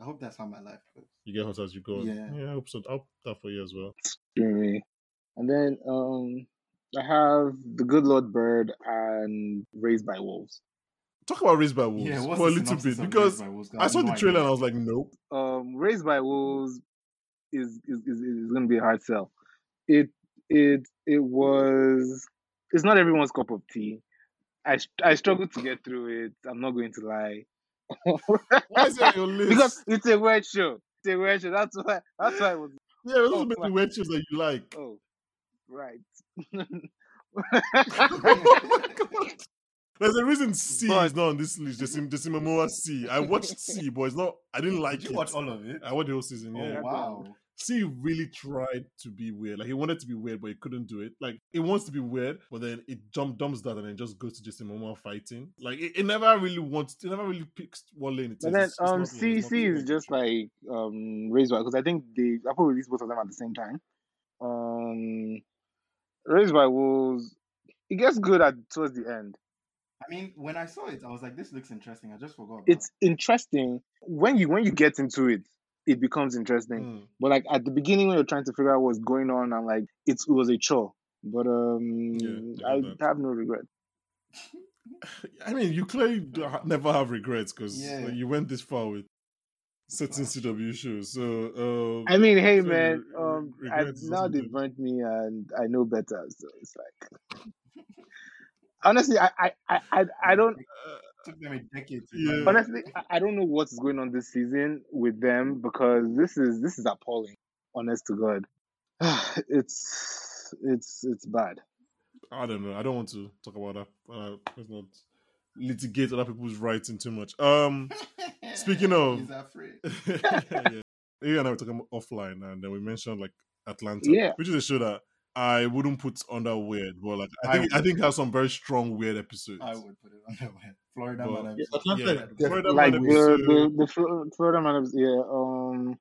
Speaker 2: I hope that's how my life goes.
Speaker 1: You get hotter as you go. On.
Speaker 2: Yeah.
Speaker 1: yeah, I hope so. I hope that for you as well.
Speaker 16: You know what I mean? And then um, I have The Good Lord Bird and Raised by Wolves.
Speaker 1: Talk about Raised by Wolves
Speaker 16: Yeah, what's
Speaker 1: for a
Speaker 16: the
Speaker 1: little
Speaker 16: synopsis
Speaker 1: bit
Speaker 16: on
Speaker 1: because
Speaker 16: Raised by Wolves? I
Speaker 1: I
Speaker 16: have
Speaker 1: saw
Speaker 16: no
Speaker 1: the trailer
Speaker 2: *laughs*
Speaker 16: idea.
Speaker 1: and I was like, nope.
Speaker 16: Um, Raised by Wolves is is, is, is going to be a hard sell. It it it was. It's not everyone's cup of tea. I st- I struggled to get through it. I'm not going to lie.
Speaker 1: Why is it
Speaker 16: *laughs*
Speaker 1: on your list?
Speaker 16: Because it's a weird show. It's a weird show. That's why. That's why it was.
Speaker 1: Yeah, those are the weird shows that you like.
Speaker 16: Oh, right. *laughs*
Speaker 1: *laughs*
Speaker 2: Oh,
Speaker 1: There's a reason C is not on this list. Jasim Jasimamura C. I watched C, but it's not. I didn't like it. You watched
Speaker 2: all of it.
Speaker 1: I watched the whole season.
Speaker 2: Oh,
Speaker 1: Yeah.
Speaker 2: wow.
Speaker 1: C really tried to be weird. Like he wanted to be weird, but he couldn't do it. Like it wants to be weird, but then it jump dumps that and then just goes to Jasimamura fighting. Like it, it never really wants. It never really picks what lane it is.
Speaker 16: But then
Speaker 1: It's- it's
Speaker 16: um,
Speaker 1: not- it's not-
Speaker 16: CC is just like um, Razor because I think they I probably released both of them at the same time. Um, Raised by Wolves, it gets good at towards the end.
Speaker 2: I mean, when I saw it, I was like, "This looks interesting." I just forgot.
Speaker 16: It's interesting when you when you get into it, it becomes interesting.
Speaker 1: Mm. Hmm.
Speaker 16: But like at the beginning, when you're trying to figure out what's going on, and like it's, it was a chore. But um, I have no regret.
Speaker 1: I mean, you clearly do ha- never have regrets because
Speaker 16: Yeah.
Speaker 1: you went this far with certain CW shows. So uh,
Speaker 16: I mean, hey
Speaker 1: so
Speaker 16: man,
Speaker 1: re-
Speaker 16: um,
Speaker 1: regret
Speaker 16: I,
Speaker 1: is
Speaker 16: now
Speaker 1: also
Speaker 16: they
Speaker 1: good.
Speaker 16: burnt me, and I know better. So it's like, *laughs* honestly, I, I, I, I,
Speaker 1: *laughs*
Speaker 16: I don't.
Speaker 2: took them a decade. To *laughs*
Speaker 16: Honestly, I- I don't know what's going on this season with them because this is this is appalling. Honest to God, *sighs* it's it's it's bad.
Speaker 1: I don't know. I don't want to talk about that. Uh, let's not litigate other people's rights in too much. Um, speaking of,
Speaker 2: He's afraid.
Speaker 1: yeah. you and I were talking offline, and then we mentioned like Atlanta,
Speaker 2: Yeah.
Speaker 1: which is a show that I wouldn't put under weird, but like I
Speaker 2: I
Speaker 1: think I,
Speaker 2: would.
Speaker 1: think has some very strong weird episodes.
Speaker 2: I would put it on that way. Florida
Speaker 1: But-
Speaker 2: man.
Speaker 1: Yeah, Atlanta is
Speaker 2: Yeah.
Speaker 1: definitely-
Speaker 16: like
Speaker 1: Man
Speaker 16: the,
Speaker 1: episode.
Speaker 16: the the Flo- Florida man, episode, yeah, um,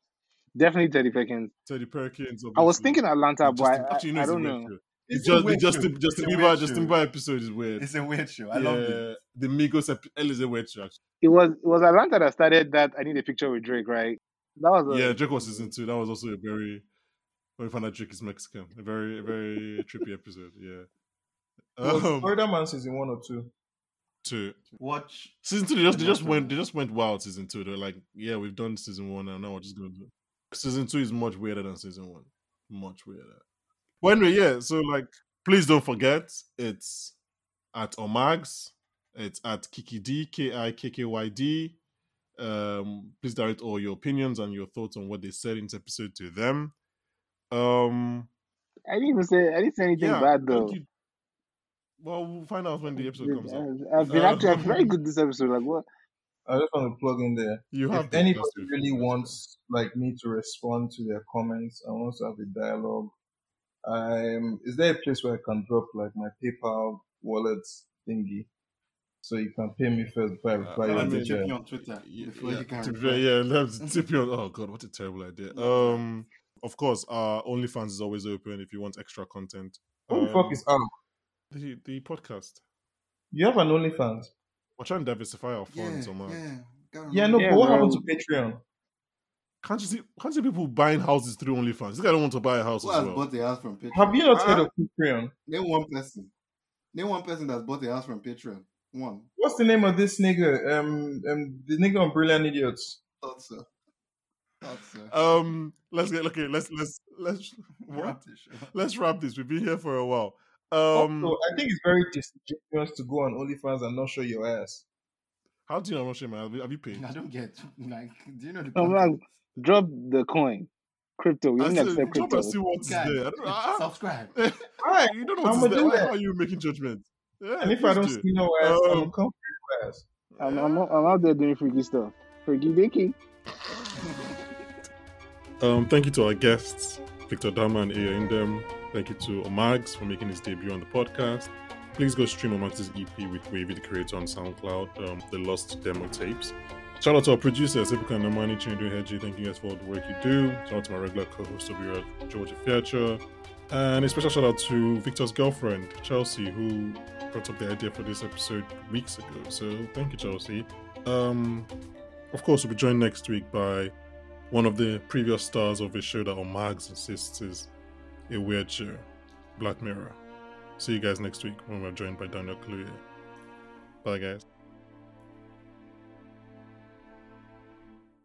Speaker 16: definitely Teddy Perkins.
Speaker 1: Teddy Perkins. Obviously.
Speaker 16: I was thinking Atlanta,
Speaker 1: It's
Speaker 16: but
Speaker 1: Justin-
Speaker 16: I,
Speaker 1: actually, no,
Speaker 16: I
Speaker 1: it's a
Speaker 16: don't
Speaker 1: weird
Speaker 16: know.
Speaker 1: show. It's just the Justin, Justin Bieber, Justin Bieber episode is weird.
Speaker 2: It's a weird show. I loved it.
Speaker 1: The Migos ep- L is a weird show. Actually.
Speaker 16: It was it was Atlanta that started that. I need a picture with Drake, right? That was a,
Speaker 1: Yeah, Drake was season two. That was also a very when we found out Drake is Mexican. A very, a very trippy episode. Yeah.
Speaker 3: Was
Speaker 1: Um,
Speaker 3: Florida Man season one or two.
Speaker 1: two.
Speaker 2: Watch
Speaker 1: season two. They just, they just went. They just went wild. Season two. They're like, yeah, we've done season one, and now we're just gonna do. Season two is much weirder than season one. Much weirder. But anyway, yeah. So like, please don't forget, it's at Omags. It's at Kiki D K I K K Y D. Um, please direct all your opinions and your thoughts on what they said in this episode to them. Um,
Speaker 16: I didn't even say I didn't say anything
Speaker 1: Yeah,
Speaker 16: bad
Speaker 1: thank
Speaker 16: though.
Speaker 1: you. well, we'll find out when the episode comes out.
Speaker 16: I've- I've been actually I'm very good this episode. Like what?
Speaker 3: I just want to plug in there.
Speaker 1: You have
Speaker 3: if
Speaker 1: been
Speaker 3: anybody
Speaker 1: busted.
Speaker 3: really wants like me to respond to their comments and wants to have a dialogue, um, is there a place where I can drop like my PayPal wallet thingy? So you can pay me first
Speaker 1: Uh,
Speaker 3: by reply.
Speaker 2: I mean,
Speaker 3: on the
Speaker 2: check me
Speaker 3: chat?
Speaker 2: on Twitter before
Speaker 1: Yeah,
Speaker 2: you can
Speaker 1: to be fair,
Speaker 2: reply.
Speaker 1: yeah, let's tip you on. Oh god, what a terrible idea. Um, of course, our OnlyFans is always open if you want extra content.
Speaker 3: Who the fuck is um,
Speaker 1: out? The, the podcast.
Speaker 3: You have an OnlyFans.
Speaker 1: We're trying to diversify our funds somehow.
Speaker 3: Yeah, no, but what happened to Patreon?
Speaker 1: Can't you see? Can't you see people buying houses through OnlyFans? This guy don't want to buy a house
Speaker 2: Who
Speaker 1: as
Speaker 2: has
Speaker 1: well.
Speaker 2: bought the house from Patreon?
Speaker 3: Have you
Speaker 1: uh,
Speaker 3: not heard
Speaker 2: Ah,
Speaker 3: of Patreon?
Speaker 2: Name one person. Name one person that's bought a house from Patreon. One.
Speaker 3: What's the name of this nigga? Um, um the nigga on Brilliant Idiots.
Speaker 2: Thought so. Thought so.
Speaker 1: Um, let's get okay. Let's let's let's
Speaker 2: *laughs*
Speaker 1: what? Let's wrap this. We've been here for a while. Um,
Speaker 3: also, I think it's very disingenuous to go on OnlyFans and not show your ass.
Speaker 1: how do you know I'm not sure, man? Have you- Have you paid?
Speaker 2: I don't get like. Do you know the?
Speaker 16: Oh,
Speaker 2: content?
Speaker 16: man, *laughs* drop the coin, crypto. We
Speaker 1: I
Speaker 16: only
Speaker 1: said,
Speaker 16: accept
Speaker 1: drop
Speaker 16: crypto.
Speaker 1: and see what's
Speaker 2: Guys,
Speaker 1: there. I don't know. Ah,
Speaker 2: subscribe.
Speaker 1: *laughs* you don't know what's
Speaker 3: I'ma
Speaker 1: there.
Speaker 3: do
Speaker 1: Why
Speaker 3: that.
Speaker 1: are you making judgments? Yeah,
Speaker 3: and if I
Speaker 1: please
Speaker 3: don't
Speaker 1: do.
Speaker 3: see no ass, I'm
Speaker 1: Um,
Speaker 3: gonna come for your ass.
Speaker 16: I'm, I'm, out- I'm out there doing freaky stuff. Freaky dicky.
Speaker 1: Um, thank you to our guests, Victor Dama and Aya Indem. Thank you to Omags for making his debut on the podcast. Please go stream Omags' EP with Wavy the Creator on SoundCloud, um, the Lost Demo Tapes. Shout out to our producers, Epica Namani, Chindu Heji. Thank you guys for all the work you do. Shout out to my regular co host over here, Georgia Fiacha. And a special shout out to Victor's girlfriend, Chelsea, who brought up the idea for this episode weeks ago. So thank you, Chelsea. Um, of course, we'll be joined next week by one of the previous stars of a show that Omags insists is a weird show, Black Mirror. See you guys next week when we're joined by Daniel Kaluuya. Bye, guys.